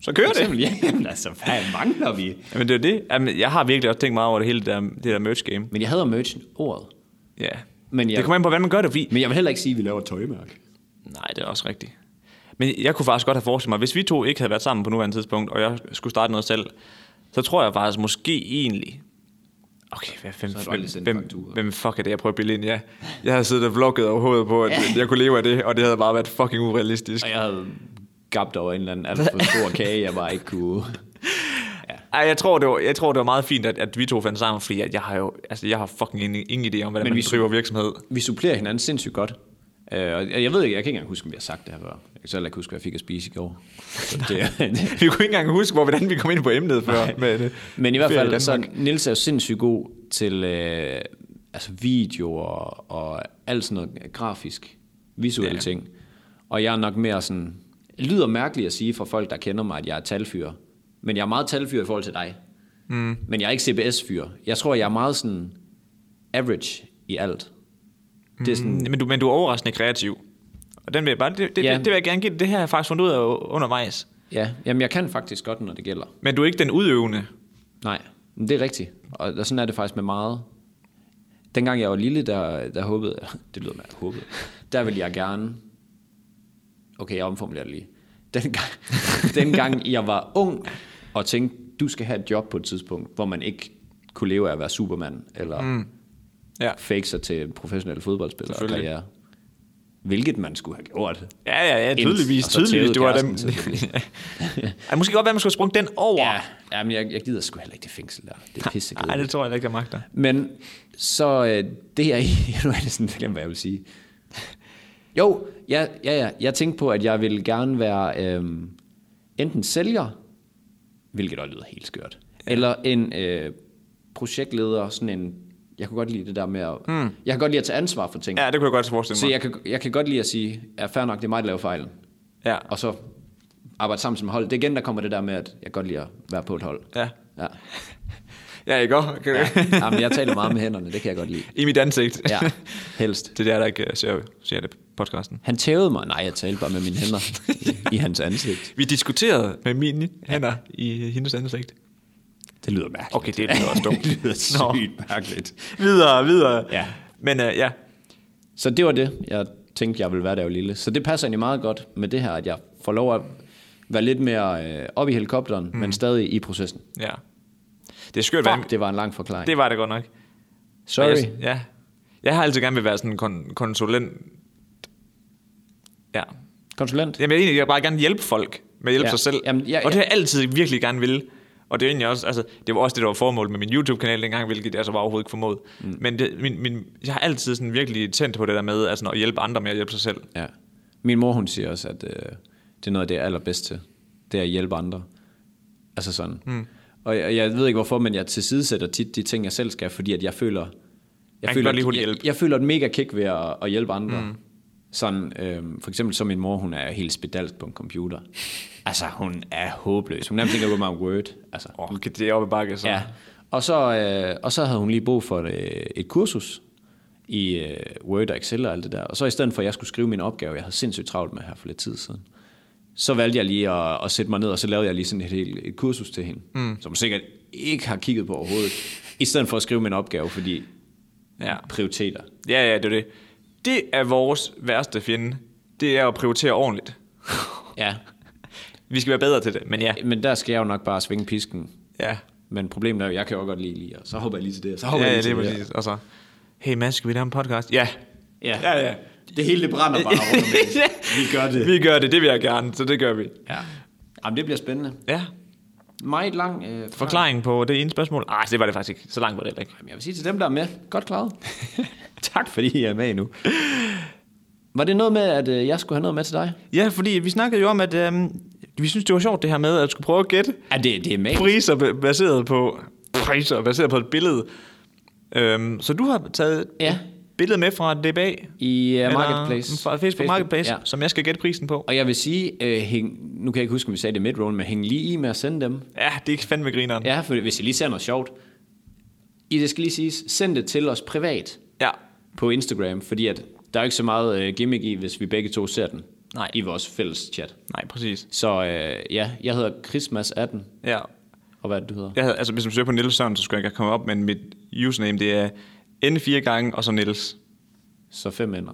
C: Så kører det.
E: Simpelthen, ja, jamen altså, hvad mangler vi?
C: Jamen, det er jo det. Jamen, jeg har virkelig også tænkt meget over det hele det der, det der merch game.
E: Men jeg hader merch-ordet.
C: Ja.
E: Men jeg-
C: Det kommer an på, hvordan man gør det, fordi...
E: Men jeg vil heller ikke sige, at vi laver et tøjmærke.
C: Nej, det er også rigtigt. Men jeg kunne faktisk godt have forestillet mig, hvis vi to ikke havde været sammen på nuværende tidspunkt, og jeg skulle starte noget selv, så tror jeg faktisk måske egentlig... Okay, hvad, hvem,
E: du aldrig
C: hvem,
E: sendt
C: hvem,
E: fakturer.
C: hvem fuck er det, jeg prøver at bilde ind? Ja, jeg havde siddet og vlogget over hovedet på, at jeg kunne leve af det, og det havde bare været fucking urealistisk.
E: Og jeg havde gabt over en eller anden alt for stor kage, jeg bare ikke kunne...
C: Ej, jeg tror, det var, jeg tror, det var meget fint, at, at vi to fandt sammen, fordi at jeg har jo altså, jeg har fucking ingen, ingen idé om, hvordan
E: Men
C: Men man
E: vi-
C: driver virksomhed.
E: Vi supplerer hinanden sindssygt godt. Øh, og jeg ved ikke, jeg kan ikke engang huske, om jeg har sagt det her før. Jeg kan så heller ikke huske, hvad jeg fik at spise i går. Så det,
C: Vi kunne ikke engang huske, hvor, hvordan vi kom ind på emnet før. Men, øh,
E: Men i hvert
C: ferie
E: fald, så
C: Danmark.
E: Nils er jo sindssygt god til øh, altså videoer og alt sådan noget grafisk, visuelle ja. ting. Og jeg er nok mere sådan, det lyder mærkeligt at sige for folk, der kender mig, at jeg er talfyr. Men jeg er meget talfyr i forhold til dig. Mm. Men jeg er ikke CBS-fyr. Jeg tror, jeg er meget sådan average i alt. Det er sådan,
C: Mm, Men du, men du er overraskende kreativ. Og den vil jeg bare, det, det,
E: Ja.
C: ja. det, det vil jeg gerne give dig. Det her har jeg faktisk fundet ud af u- undervejs.
E: ja, jamen jeg kan faktisk godt, når det gælder.
C: Men du er ikke den udøvende.
E: Nej, men det er rigtigt. Og og sådan er det faktisk med meget. Dengang jeg var lille, der, der håbede jeg, det lyder mærkeligt, håbede, der ville jeg gerne, okay, jeg omformulerer det lige. Dengang, dengang jeg var ung og tænkte, du skal have et job på et tidspunkt, hvor man ikke kunne leve af at være supermand, eller mm.
C: Ja.
E: fake sig til en professionel fodboldspiller og
C: Selvfølgelig.
E: karriere. Hvilket man skulle have gjort.
C: Ja, ja, ja,
E: Ind-
C: tydeligvis.
E: og så
C: tydeligvis,
E: tævede
C: det var dem.
E: kæresten, selvfølgelig.
C: Ej, måske godt være, man skulle have sprunget den over.
E: Ja, ja men jeg, jeg gider sgu heller ikke det fængsel der. Det er pissekedeligt.
C: Nej, det tror jeg ikke, jeg magter.
E: Men så øh, det er i, nu er det sådan, jeg glemmer, hvad jeg vil sige. Jo, ja, ja, ja. Jeg tænkte på, at jeg ville gerne være øhm, enten sælger, hvilket også lyder helt skørt, ja. eller en øh, projektleder, sådan en... Jeg kunne godt lide det der med at... Mm. Jeg kan godt lide at tage ansvar for ting.
C: Hmm. Ja, det kunne jeg godt forestille mig.
E: Så jeg kan, jeg kan godt lide at sige, ja, fair nok, det er mig, der laver fejlen.
C: Ja.
E: Og så arbejde sammen som hold. Det er igen, der kommer det der med, at jeg godt lide at være på et hold.
C: Ja.
E: Ja.
C: Ja, ikke også? Okay.
E: ja. Jamen, jeg taler meget med hænderne, det kan jeg godt lide.
C: I mit ansigt.
E: Ja, helst.
C: Det er der, der ikke øh, ser, ser det på podcasten.
E: Han tævede mig. Nej, jeg talte bare med mine hænder i, i hans ansigt.
C: Vi diskuterede med mine hænder i øh, hendes ansigt.
E: Det lyder mærkeligt.
C: Okay, det lyder også dumt.
E: det lyder
C: Nå.
E: sygt mærkeligt.
C: videre, videre.
E: Ja.
C: Men øh, ja,
E: Så det var det, jeg tænkte, jeg ville være, da jeg var lille. Så det passer egentlig meget godt med det her, at jeg får lov at være lidt mere øh, op i helikopteren, mm. men stadig i processen.
C: ja. Det er skørt, hvad...
E: Fuck, det var en lang forklaring. Det,
C: det var det godt nok.
E: Sorry.
C: Jeg, ja. Jeg har altid gerne vil være sådan en kon- konsulent. Ja.
E: Konsulent?
C: Jamen, jeg, vil egentlig, jeg vil bare gerne hjælpe folk med at hjælpe
E: Ja.
C: ja. sig selv.
E: Jamen, ja,
C: og det
E: ja.
C: har jeg altid virkelig gerne vil. Og det er egentlig også, altså, det var også det, der var formålet med min YouTube-kanal dengang, hvilket jeg så var overhovedet ikke formået. Mm. Men det, min, min, jeg har altid sådan virkelig tændt på det der med altså, at hjælpe andre med at hjælpe sig selv.
E: Ja. Min mor, hun siger også, at øh, det er noget af det, jeg er allerbedst til. Det er at hjælpe andre. Altså sådan. Mm. Og jeg, jeg ved ikke hvorfor, men jeg tilsidesætter tit de ting, jeg selv skal, fordi at jeg føler... Jeg
C: kan
E: føler,
C: godt lige hurtigt
E: jeg,
C: hjælpe.
E: jeg føler et mega kick ved at, at hjælpe andre. Mm. Sådan, øh, for eksempel så min mor, hun er helt spedalsk på en computer. Altså, hun er håbløs. Hun nærmest ikke kan gå med Word. Altså,
C: Åh, oh, det er oppe i bakke, så.
E: Ja. Og så, øh, og så havde hun lige brug for et, øh, et kursus i øh, Word og Excel og alt det der. Og så i stedet for, at jeg skulle skrive min opgave, jeg havde sindssygt travlt med her for lidt tid siden, så valgte jeg lige at, at sætte mig ned, og så lavede jeg lige sådan et, helt, et kursus til hende, mm. som hun sikkert ikke har kigget på overhovedet, i stedet for at skrive min opgave, fordi
C: Ja.
E: prioriteter.
C: Ja, ja, det er det. Det er vores værste fjende. Det er at prioritere ordentligt.
E: Ja,
C: Vi skal være bedre til det, men ja.
E: men der skal jeg jo nok bare svinge pisken.
C: Ja,
E: Men problemet er jo, jeg kan jo godt lide lige, og så hopper jeg lige til det, og så
C: ja,
E: hopper
C: ja
E: jeg
C: det er
E: lige til det.
C: præcis. Og så, hey Mads, skal vi lave en podcast? Ja.
E: Ja.
C: Ja, ja.
E: Det hele det brænder bare rundt om det. Vi gør det.
C: Vi gør det, det vil jeg gerne, så det gør vi.
E: Ja. Jamen, det bliver spændende.
C: Ja,
E: Meget lang øh, forklaring.
C: forklaring på det ene spørgsmål. Ah, det var det faktisk ikke. Så langt var det heller ikke.
E: Jamen, Jeg vil sige til dem, der er med, godt klaret. tak, fordi I er med nu. Var det noget med, at øh, jeg skulle have noget med til dig?
C: Ja, fordi vi snakkede jo om, at øhm, vi synes, det var sjovt det her med, at skulle prøve at gætte
E: Ja, det, det er med.
C: priser ba- baseret på, priser baseret på et billede. Øhm, så du har taget
E: Ja.
C: et billede med fra DBA,
E: I uh,
C: Eller
E: Marketplace.
C: Fra Facebook, Facebook Marketplace,
E: Ja.
C: ja. som jeg skal gætte prisen på.
E: Og jeg vil sige, øh, hæng, nu kan jeg ikke huske, om vi sagde det i midrollen, men hæng lige i med at sende dem.
C: Ja, det er fandme grineren.
E: Ja, for hvis I lige ser noget sjovt. I det skal lige siges, send det til os privat
C: ja.
E: på Instagram, fordi at der er jo ikke så meget øh, gimmick i, hvis vi begge to ser den
C: Nej.
E: i vores fælles chat.
C: Nej, præcis.
E: Så øh, ja, jeg hedder Christmas18,
C: Ja.
E: og hvad er det, du hedder?
C: Jeg havde, altså, hvis man søger på Niels Sørensen, så skulle jeg ikke komme op, men mit username, det er N fire gange, og så Niels.
E: Så fem ender.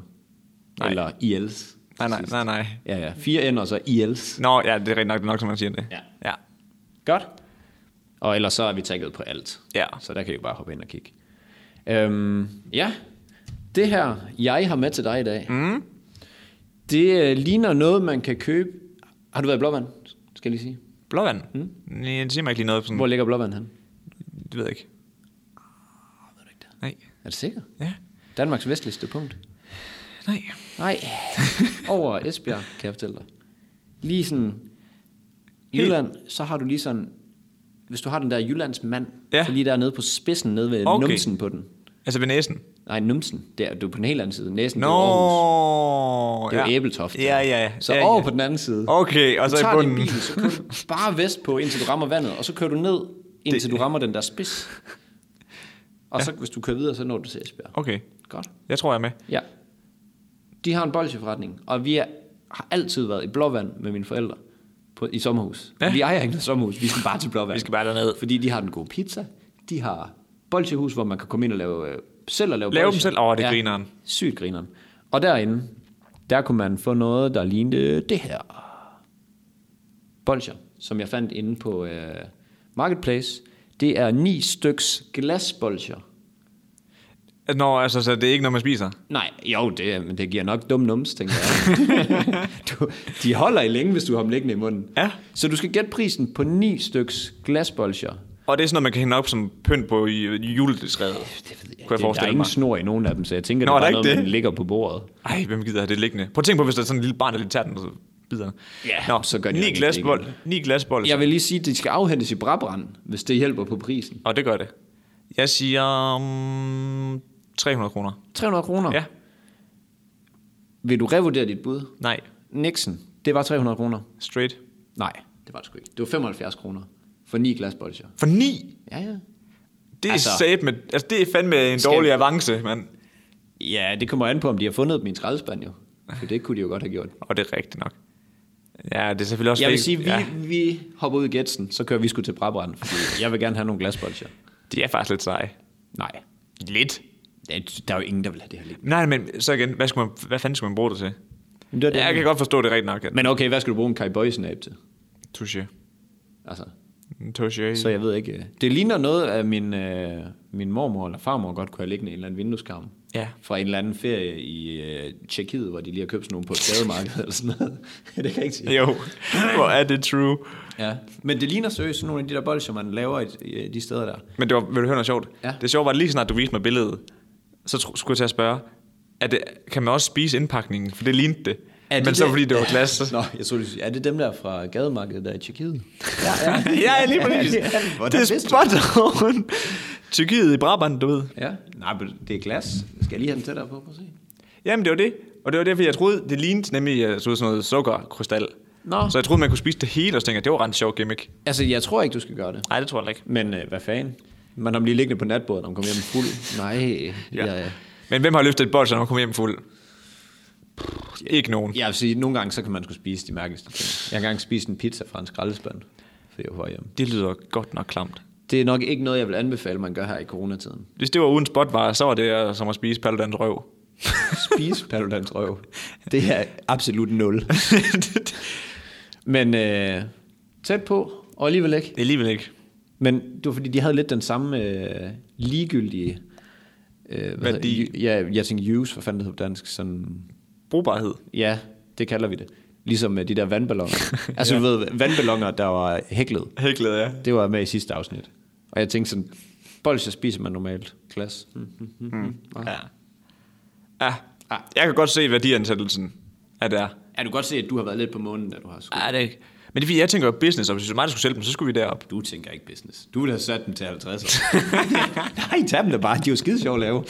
C: Nej.
E: Eller ILs.
C: Nej, nej, nej, nej.
E: Ja, ja. Fire ender, så ILs.
C: Nå, ja, det er rigtig nok, det er nok, som man siger det.
E: Ja.
C: Ja.
E: Godt. Og ellers så er vi tagget på alt.
C: Ja.
E: Så der kan I jo bare hoppe ind og kigge. Øhm, ja. Det her, jeg har med til dig i dag, mm. det øh, ligner noget, man kan købe. Har du været i Blåvand? Skal jeg lige sige.
C: Blåvand? Mm. Nej, det siger mig ikke lige noget. Sådan,
E: Hvor ligger Blåvand han?
C: Det ved jeg ikke.
E: Ah,
C: Nej.
E: Er det sikkert?
C: Ja.
E: Danmarks vestligste punkt.
C: Nej.
E: Nej, over Esbjerg, kan jeg fortælle dig. Lige sådan, Jylland, så har du lige sådan, hvis du har den der Jyllands mand,
C: Ja.
E: så lige dernede på spidsen, nede ved okay.
C: Okay.
E: numsen på den.
C: Altså ved næsen.
E: Nej, numsen, der, du er på den helt anden side. Næsen,
C: Nå.
E: det er Aarhus. Det er
C: ja.
E: jo Æbeltoft.
C: Ja, ja.
E: Så
C: ja,
E: over
C: ja.
E: på den anden side.
C: Okay, og
E: du
C: så i
E: tager din
C: bunden.
E: bil, så kører du bare vestpå, indtil du rammer vandet, og så kører du ned, indtil det... du rammer den der spids. Og ja. så, hvis du kører videre, så når du til Esbjerg.
C: Okay,
E: Godt.
C: jeg tror, jeg er med.
E: Ja. De har en bolsjeforretning, og vi er, har altid været i Blåvand med mine forældre på, i sommerhus. Ja.
C: Ja.
E: Vi ejer ikke noget sommerhus, vi skal bare til Blåvand.
C: Vi skal bare derned.
E: Fordi de har den gode pizza, de har bolsjehus, hvor man kan komme ind og lave, øh, selv og lave
C: Lave dem
E: bolsjer.
C: selv? Åh, det er grineren.
E: Sygt grineren. Og derinde, der kunne man få noget, der lignede det her. Bolsjer, som jeg fandt inde på øh, Marketplace. Det er ni styks glasbolsjer.
C: Nå, altså, så det er ikke noget, man spiser?
E: Nej, jo, det, men det giver nok dum nums, tænker jeg. du, de holder i længe, hvis du har dem liggende i munden.
C: Ja.
E: Så du skal gætte prisen på ni styks glasbolcher.
C: Og det er sådan noget, man kan hænge op som pynt på i- i juletræet.
E: Det ved
C: kunne
E: jeg
C: jeg
E: Det, der er
C: forestille mig.
E: ingen snor i nogen af dem, så jeg tænker,
C: Nå,
E: Nå, det
C: er
E: er
C: der
E: bare
C: ikke
E: noget, det? Altså- man
C: det?
E: ligger på bordet.
C: Ej, hvem gider have det liggende? Prøv at tænke på, hvis der er sådan en lille barn, der lige tager den, og så bider den.
E: Ja,
C: Nå,
E: så gør de nok
C: ni
E: ikke
C: glasbold,
E: det
C: ni glasbold.
E: Jeg vil lige sige, at de skal afhentes i brabrand, hvis det hjælper på prisen.
C: Og det gør det. Jeg siger um, 300 kroner.
E: 300 kroner?
C: Ja.
E: Vil du revurdere dit bud?
C: Nej,
E: Nixon, det var 300 kroner.
C: straight.
E: Nej, det var det sgu ikke. Det var 75 kroner for ni glas bolsjer.
C: For ni?
E: Ja, ja.
C: Det
E: Altså-
C: er altså, med, altså, det er fandme en
E: Skal-
C: dårlig avance, mand.
E: Ja, det kommer an på, om de har fundet min skraldespand jo. For det kunne de jo godt have gjort.
C: Og det er rigtigt nok. Ja, det er selvfølgelig også...
E: Jeg vil
C: vigtigt.
E: sige, vi,
C: Ja,
E: vi hopper ud i Getsen, så kører vi sgu til Brabrand, fordi jeg vil gerne have nogle glasbolsjer.
C: de er faktisk lidt seje.
E: Nej,
C: Lidt.
E: der der er jo ingen, der vil have det her liggende.
C: Nej, men så igen, hvad, skulle man, hvad fanden skulle man bruge det til?
E: Men, det er det,
C: Jeg kan godt forstå det er rigtigt nok.
E: men okay, hvad skal du bruge en kajbøjsnab til?
C: Touché.
E: Altså,
C: Touché.
E: så jeg ved ikke. øh, Det ligner noget af min, øh, min mormor eller farmor godt kunne have liggende i en eller anden vindueskarm.
C: Ja.
E: Fra en eller anden ferie i øh, Tjekkiet, hvor de lige har købt sådan nogle på et gademarked eller sådan noget. det kan jeg ikke sige.
C: Jo, hvor er det true.
E: Ja. Men det ligner seriøst sådan nogle af de der bolsjer, man laver i, i de steder der.
C: Men det var, vil du høre noget sjovt?
E: Ja.
C: Det sjove var, at lige snart du viste mig billedet, så tro, skulle jeg til at spørge, er det, kan man også spise indpakningen? For det lignede det.
E: Er
C: Men så fordi det var glas. så-
E: Nå, jeg troede, du skulle sige, er det dem der fra gademarkedet, der er i Tjekkiet? Ja,
C: ja, lige præcis.
E: Hvordan
C: det er
E: vidste du
C: spot on. Tyrkiet i Brabant, du ved.
E: Ja, nej, men det er glas. Skal jeg lige have den tættere på? Prøv at se.
C: Jamen, det var det. Og det var derfor, jeg troede, det lignede nemlig jeg troede sådan noget sukkerkrystal.
E: Nå.
C: Så jeg troede, man kunne spise det hele, og så tænkte jeg, det var ret en sjov gimmick.
E: Altså, jeg tror ikke, du skal gøre det.
C: Nej, det tror jeg ikke.
E: Men øh, hvad fanden? Man har blivet liggende på natbordet, når man kommer hjem fuld. Nej, ja. ja.
C: Men hvem har løftet et bold, så når man kommer hjem fuld? Ikke nogen.
E: Jeg vil sige, nogle gange, så kan man skulle spise de mærkeligste ting. Jeg har engang spist en pizza fra en skraldespand, fordi jeg var hjemme.
C: Det lyder godt nok klamt.
E: Det er nok ikke noget, jeg vil anbefale, man gør her i coronatiden.
C: Hvis det var uden spotvarer, så var det øh, som at spise Paludans røv.
E: Spise Paludans røv. Det er absolut nul. Men øh, tæt på, og alligevel ikke.
C: Alligevel ikke.
E: Men det var fordi, de havde lidt den samme øh, ligegyldige... Øh, hvad
C: Værdi.
E: hedder- ju- ja, jeg tænker use, hvad fanden det hedder på dansk. Sådan,
C: Brugbarhed.
E: ja, det kalder vi det. Ligesom med de der vandballoner. altså, du ved, vandballoner, der var hæklet.
C: Hæklet, ja.
E: Det var med i sidste afsnit. Og jeg tænkte sådan, bolsjer spiser man normalt. Glas.
C: Ja. ja. Jeg kan godt se værdiansættelsen af det er.
E: Ja, du kan godt se, at du har været lidt på månen, da du har skudt.
C: Ja, det er ikke. Men det er fordi, jeg tænker jo business, og hvis det var mig, der skulle sælge dem, så skulle vi derop.
E: Du tænker ikke business. Du ville have sat dem til 50 år. Nej, tag dem da bare. De er jo skide sjove at lave.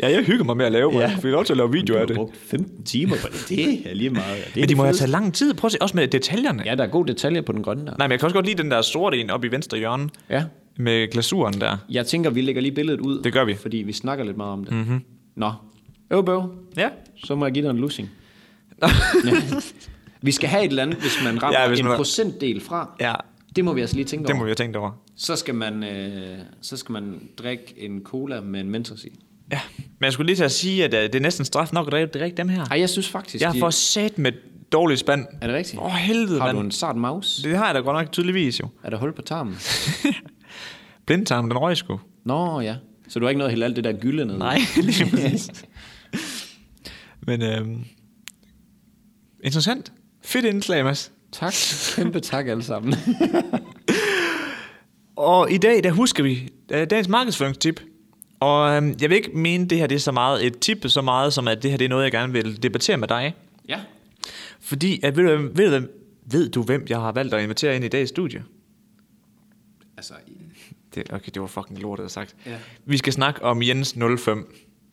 C: ja, jeg hygger mig med at lave, ja.
E: Ja.
C: jeg fik lov til at lave videoer af
E: Du
C: det.
E: har brugt 15 timer på det. Det er lige meget. Det er
C: Men de må
E: det
C: have
E: fedeste.
C: taget lang tid. Prøv at se, også med detaljerne. Ja.
E: Ja, der er gode detaljer på den grønne der.
C: Nej, men jeg kan også godt lide den der sorte en oppe i venstre hjørne.
E: Ja.
C: Med glasuren der.
E: Jeg tænker, vi lægger lige billedet ud.
C: Det gør vi. Mhm.
E: Fordi vi snakker lidt meget om det. Mm-hmm. Nå. Øvbøv,
C: Ja.
E: så må jeg give dig en lussing. ja. Vi skal have et eller andet, hvis man rammer
C: Ja,
E: ja,
C: hvis
E: hvis en
C: man-
E: procentdel fra.
C: Ja.
E: Det må vi altså lige tænke
C: Det
E: over.
C: må vi have tænkt over.
E: Så, skal man, øh, så skal man drikke en cola med en mentos i.
C: Ja. Men jeg skulle lige til at sige, at øh, det er næsten straf nok at drikke direkt dem her.
E: Ej, jeg synes faktisk...
C: Jeg har
E: de-
C: for sat med dårlig spand.
E: Er det rigtigt?
C: Åh, helvede,
E: Har
C: mand.
E: du en sart mouse?
C: Det har jeg da godt nok tydeligvis jo.
E: Er der hul på tarmen?
C: Blindtarmen, den røg sgu.
E: Nå, ja. Så du har ikke noget helt alt det der gylde ned?
C: Nej, lige præcis. Men øhm, interessant. Fedt indslag, Mads.
E: Tak. Kæmpe tak alle sammen.
C: Og i dag, der husker vi øh, dagens markedsføringstip. Og øhm, jeg vil ikke mene, det her det er så meget et tip, så meget som at det her det er noget, jeg gerne vil debattere med dig.
E: ja.
C: Fordi, at, ved, du, hvem- ved, du, hvem- ved du, hvem jeg har valgt at invitere ind i dagens studie?
E: Altså...
C: Det, okay, det var fucking lortet sagt.
E: Ja.
C: Vi skal snakke om Jens 05.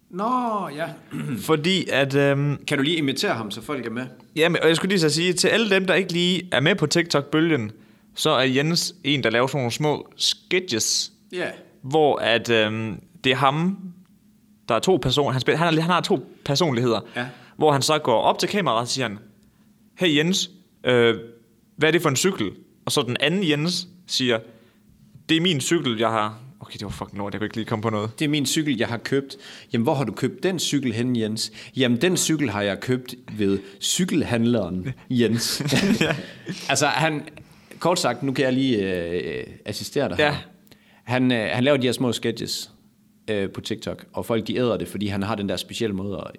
E: Nå, ja.
C: Fordi at... Øhm,
E: Kan du lige imitere ham, så folk er med?
C: Jamen, og jeg skulle lige så sige, til alle dem, der ikke lige er med på TikTok-bølgen, så er Jens en, der laver sådan nogle små sketches,
E: Ja. Yeah.
C: hvor at, øhm, det er ham, der er to personer, han, spiller, han, har, han har to personligheder,
E: Ja.
C: hvor han så går op til kameraet og siger, han, hey Jens, øh, hvad er det for en cykel? Og så den anden Jens siger, det er min cykel, jeg har... Okay, det var fucking lort, jeg kunne ikke lige komme på noget.
E: Det er min cykel, jeg har købt. Jamen, hvor har du købt den cykel hen, Jens? Jamen, den cykel har jeg købt ved cykelhandleren, Jens. altså, han... Kort sagt, nu kan jeg lige øh, øh, assistere dig
C: Ja.
E: her. Han, øh, han laver de her små sketches øh, på TikTok, og folk de æder det, fordi han har den der specielle måde at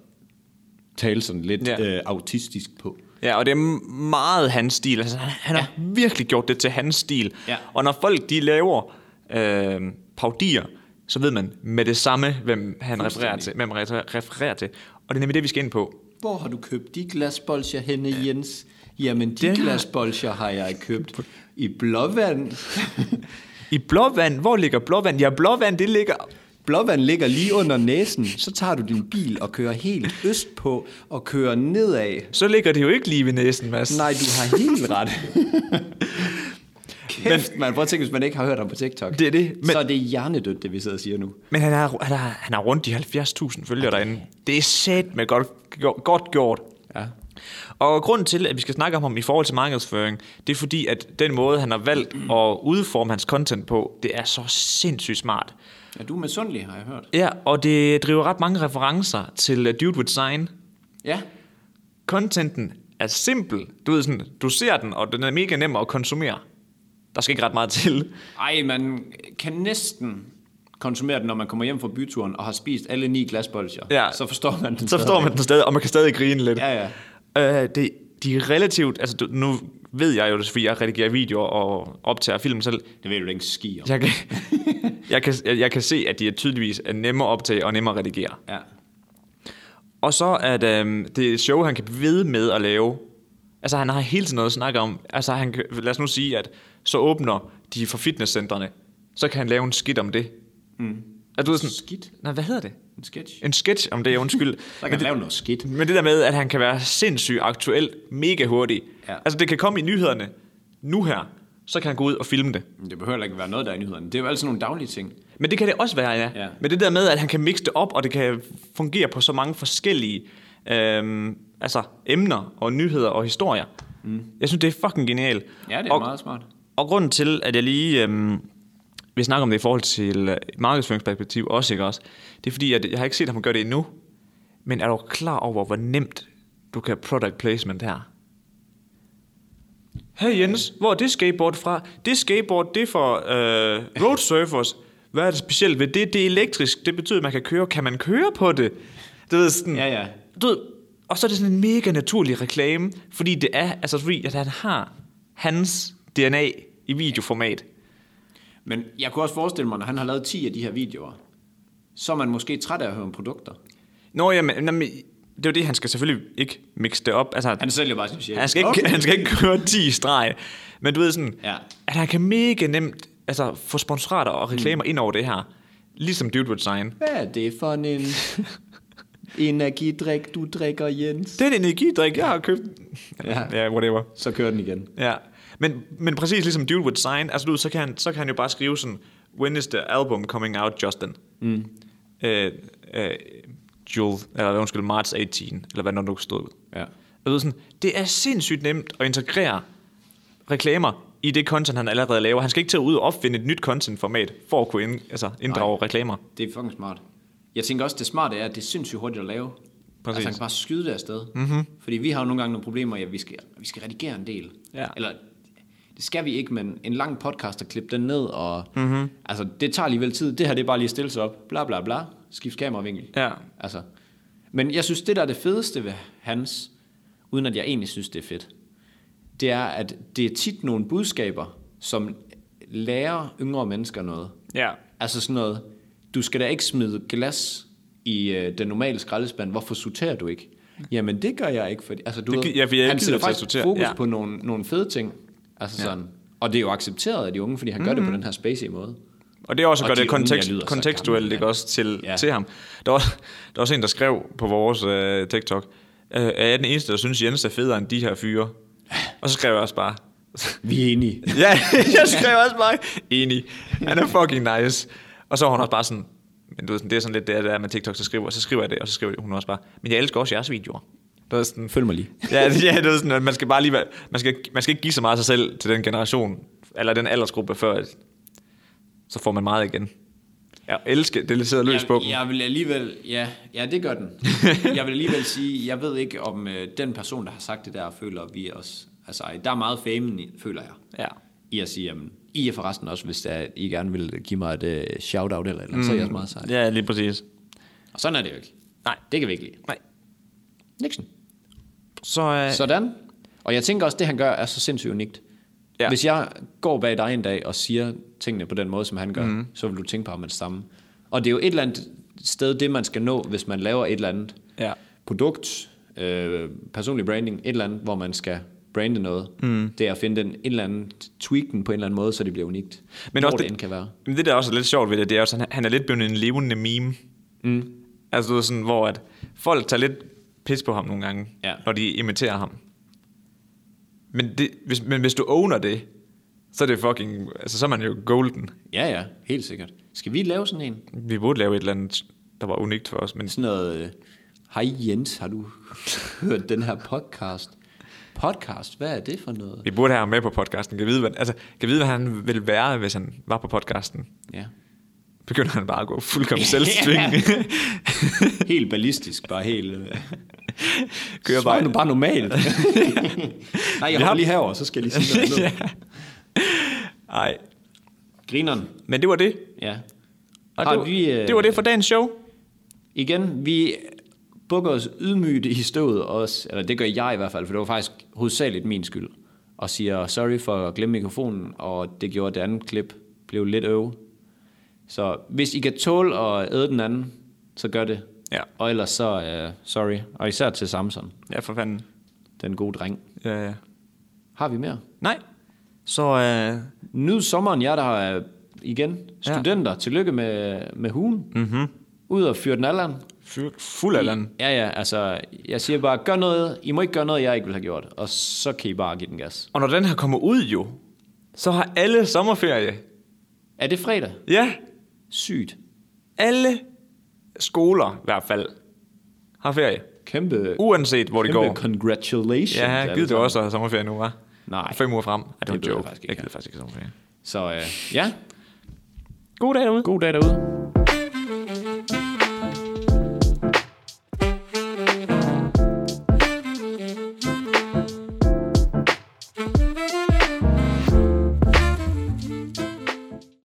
E: tale sådan lidt
C: Ja.
E: ja. øh, autistisk på.
C: Ja, og det er meget hans stil. Altså, han, han har virkelig gjort det til hans stil.
E: Ja.
C: Og når folk de laver øh, paudier så ved man med det samme, hvem han refererer til, hvem han refer- refererer til. Og det er nemlig det, vi skal ind på.
E: Hvor har du købt de glasbolcher henne, Jens? Jamen, de glasbolcher har jeg købt i blåvand.
C: I Blåvand, hvor ligger Blåvand? Ja, Blåvand, det ligger...
E: Blåvand ligger lige under næsen. Så tager du din bil og kører helt øst på og kører nedad.
C: Så ligger det jo ikke lige ved næsen, Mads.
E: Nej, du har helt ret. Kæft, man. Prøv at tænke, hvis man ikke har hørt om på TikTok.
C: Det er det, men-
E: Men... Så er det hjernedødt, det vi sidder og siger nu.
C: Men han har, han har, han har rundt de 70.000 følgere derinde. Det er sæt med godt, godt gjort.
E: Ja.
C: Og grunden til, at vi skal snakke om ham i forhold til markedsføring, det er fordi, at den måde, han har valgt at udforme hans content på, det er så sindssygt smart.
E: Er du misundelig, har jeg hørt?
C: Ja, og det driver ret mange referencer til øh, Dude with Sign.
E: Ja.
C: Contenten er simpel. Du ved sådan, du ser den, og den er mega nem at konsumere. Der skal ikke ret meget til.
E: Ej, man kan næsten konsumere den, når man kommer hjem fra byturen og har spist alle ni glasbolcher.
C: Ja.
E: Så forstår man den.
C: Så forstår man den stadig, og man kan stadig grine lidt.
E: Ja,
C: Øh, det, de er relativt... Altså, du, nu ved jeg jo det, fordi jeg redigerer videoer og optager film selv.
E: Det ved du da ikke en ski om.
C: Jeg kan, jeg, kan, jeg, jeg kan se, at de er tydeligvis er nemmere at optage og nemmere at redigere.
E: Ja.
C: Og så at øh, det show, han kan blive ved med at lave. Altså, han har hele tiden noget at snakke om. Altså, han, kan- lad os nu sige, at så åbner de for fitnesscentrene. Så kan han lave en skidt om det. Mm. Er du sådan,
E: Skidt?
C: Nej, hvad hedder det?
E: En sketch.
C: En sketch om det, undskyld.
E: Der kan
C: Men
E: man lave noget skidt.
C: Men det der med, at han kan være sindssygt aktuel, mega hurtig. Ja.
E: Ja.
C: Altså, det kan komme i nyhederne nu her, så kan han gå ud og filme det.
E: Men Det behøver heller ikke være noget, der er i nyhederne. Det er jo altid nogle daglige ting.
C: Men det kan det også være, ja. ja.
E: Ja.
C: Men det der med, at han kan mixe det op, og det kan fungere på så mange forskellige øhm, altså, emner og nyheder og historier. Mm. Jeg synes, det er fucking genialt.
E: Ja, det er
C: og,
E: meget smart.
C: Og grunden til, at jeg lige øhm, vil snakke om det i forhold til øh, et markedsføringsperspektiv også, ikke også? Det er fordi, at jeg har ikke set ham gøre det endnu. Men er du klar over, hvor nemt du kan product placement her? Hey Jens, hvor er det skateboard fra? Det skateboard, det er for øh, road surfers. Hvad er det specielt ved det? Det er elektrisk. Det betyder, at man kan køre. Kan man køre på det? Du ved, sådan,
E: Ja, ja.
C: Du ved, og så er det sådan en mega naturlig reklame, fordi det er, altså fordi, at han har hans DNA i videoformat.
E: Men jeg kunne også forestille mig, når han har lavet 10 af de her videoer, så er man måske træt af at høre om produkter.
C: Nå, jamen, jamen det er jo det, han skal selvfølgelig ikke mixe det op. Altså,
E: Han sælger bare sin sjæl.
C: Han skal, ikke, okay. han skal ikke køre 10 i streg. Men du ved sådan, ja.
E: Ja.
C: at han kan mega nemt altså, få sponsorater og reklamer mm. ind over det her. Ligesom Dude Would Sign.
E: Hvad er det for en energidrik, du drikker, Jens?
C: Den energidrik, jeg har købt. Ja, ja whatever.
E: Så kører den igen.
C: Ja. Men, men præcis ligesom Dude Would Sign, altså, du, ved, så, kan han, så kan han jo bare skrive sådan, when is the album coming out, Justin? Mm. Øh, øh, Jul, eller undskyld, marts 18, eller hvad når nu stod ud.
E: Ja.
C: Og du ved sådan, det er sindssygt nemt at integrere reklamer i det content, han allerede laver. Han skal ikke til at ud og opfinde et nyt content-format for at kunne ind, altså inddrage Nej. reklamer.
E: Det er fucking smart. Jeg tænker også, det smarte er, at det er sindssygt hurtigt at lave. Præcis. Altså, han kan bare skyde det afsted.
C: Mhm.
E: Mm-hmm. Fordi vi har jo nogle gange nogle problemer, ja, vi skal, vi skal redigere en del.
C: Ja.
E: Eller, det skal vi ikke, men en lang podcast at klippe den ned, og
C: Mhm.
E: mm-hmm. altså, det tager alligevel tid. Det her, det er bare lige at stille sig op. Bla, bla, bla. Skift kameravinkel.
C: Ja.
E: Altså. Men jeg synes, det der er det fedeste ved hans, uden at jeg egentlig synes, det er fedt, det er, at det er tit nogle budskaber, som lærer yngre mennesker noget.
C: Ja.
E: Altså sådan noget, du skal da ikke smide glas i øh, den normale skraldespand, hvorfor sorterer du ikke? Jamen det gør jeg ikke, fordi, altså, du
C: Det gi-
E: ved,
C: ja, fordi jeg
E: han
C: ikke gider
E: sætter
C: til at
E: faktisk
C: sortere,
E: fokus
C: ja.
E: på nogle, nogle fede ting, altså sådan, og det er jo accepteret af de unge, fordi han gør det på
C: Mm.
E: den her spacey måde.
C: Og det er også at
E: Og
C: gøre
E: de
C: det
E: unge,
C: kontekst,
E: jeg lyder så
C: kontekstuelt
E: gammel,
C: ikke
E: ja.
C: også til, ja.
E: Ja.
C: til ham. Der var, der var også en, der skrev på vores øh, TikTok, øh, er jeg den eneste, der synes, Jens er federe end de her fyre? Og så skrev jeg også bare,
E: Vi er enige.
C: ja, jeg skrev også bare, enig, han er fucking nice. Og så var hun også bare sådan, men du ved, sådan, det er sådan lidt det, der med TikTok, så skriver, så skriver jeg det, og så skriver hun også bare, men jeg elsker også jeres videoer. Det var sådan,
E: Følg mig lige.
C: ja, ja, det er sådan, at man skal bare lige være, man skal, man skal ikke give så meget af sig selv til den generation, eller den aldersgruppe, før at- så får man meget igen. Jeg elsker, det sidder løs på
E: jeg,
C: dem.
E: jeg vil alligevel, ja, ja, det gør den. jeg vil alligevel sige, jeg ved ikke om øh, den person, der har sagt det der, føler vi også, altså ej, der er meget famen, i- føler jeg.
C: Ja.
E: I at sige, jamen, I er forresten også, hvis det er, at I gerne vil give mig et øh, shout-out eller et eller andet, mm. så er jeg også meget sej.
C: Ja, lige præcis.
E: Og sådan er det jo ikke.
C: Nej.
E: Det kan vi ikke lide.
C: Nej.
E: Nixon.
C: Så, øh, så
E: Sådan. Og jeg tænker også, det han gør er så sindssygt unikt.
C: Ja.
E: Ja.
C: Mhm.
E: Hvis jeg går bag dig en dag og siger tingene på den måde, som han gør, mm. så vil du tænke på ham med det samme. Og det er jo et eller andet sted, det man skal nå, hvis man laver et eller andet
C: Ja.
E: produkt, øh, personlig branding, et eller andet, hvor man skal brande noget.
C: Mhm.
E: Mm. Det er at finde den en eller anden, tweak den på en eller anden måde, så det bliver unikt.
C: Men
E: hvor
C: også
E: det,
C: det-
E: end kan være.
C: Men det, der også er lidt sjovt ved det, det er også, at han- han er lidt blevet en levende meme.
E: Mm.
C: Altså, du ved, sådan, hvor at folk tager lidt pis på ham nogle gange,
E: Ja.
C: når de imiterer ham. Men, det, hvis, men hvis du owner det, så er det fucking... Altså, så er man jo golden.
E: Ja, ja, helt sikkert. Skal vi lave sådan en?
C: Vi burde lave et eller andet, der var unikt for os, men
E: Sådan noget, øh, hej Jens, har du hørt den her podcast? Podcast, hvad er det for noget?
C: vi burde have ham med på podcasten. Kan vide, hvad, altså, kan vide, hvad han ville være, hvis han var på podcasten.
E: Ja.
C: Begynder han bare at gå fuldkommen selvsving.
E: Helt ballistisk, bare helt... Øh,
C: Kører
E: Svar
C: bare-
E: nu bare normalt. Nej, jeg
C: har-
E: holder lige herover, så skal jeg lige sige noget.
C: ja. Ej,
E: Grineren,
C: men det var det.
E: ja.
C: Og
E: Har
C: det, var,
E: vi, øh,
C: det var det for dagens show.
E: Igen, vi bukker os ydmygt i støvet også, eller det gør jeg i hvert fald, for det var faktisk hovedsageligt min skyld, og siger sorry for at glemme mikrofonen, og det gjorde det andet klip, blev lidt øv. Så hvis I kan tåle at æde den anden, så gør det.
C: Ja.
E: Og ellers så, uh, sorry. Og især til Samson,
C: Ja, for fanden.
E: den gode dreng.
C: Ja, ja.
E: Har vi mere?
C: Nej. Så øh,
E: Nyd sommeren, jer der er igen studenter. Ja. Tillykke med, med hugen. Mm-hmm. Ud og fyr den alderen.
C: fu- fuld af land.
E: Ja, ja, altså, jeg siger bare, gør noget, I må ikke gøre noget, jeg ikke vil have gjort, og så kan I bare give den gas.
C: Og når den her kommer ud jo, så har alle sommerferie.
E: Er det fredag?
C: Ja,
E: Sygt.
C: alle skoler i hvert fald har ferie.
E: Kæmpe,
C: Uanset hvor det
E: kæmpe
C: går.
E: congratulations.
C: Ja,
E: alle
C: gider du
E: sammen.
C: også at have sommerferie nu, hva'?
E: Nej.
C: Fem uger frem. Ej, det,
E: Det
C: var en
E: gider jeg
C: joke.
E: faktisk
C: Jeg
E: ikke
C: gider faktisk ikke sommerferie.
E: Så øh, ja,
C: God dag derude.
E: god dag derude.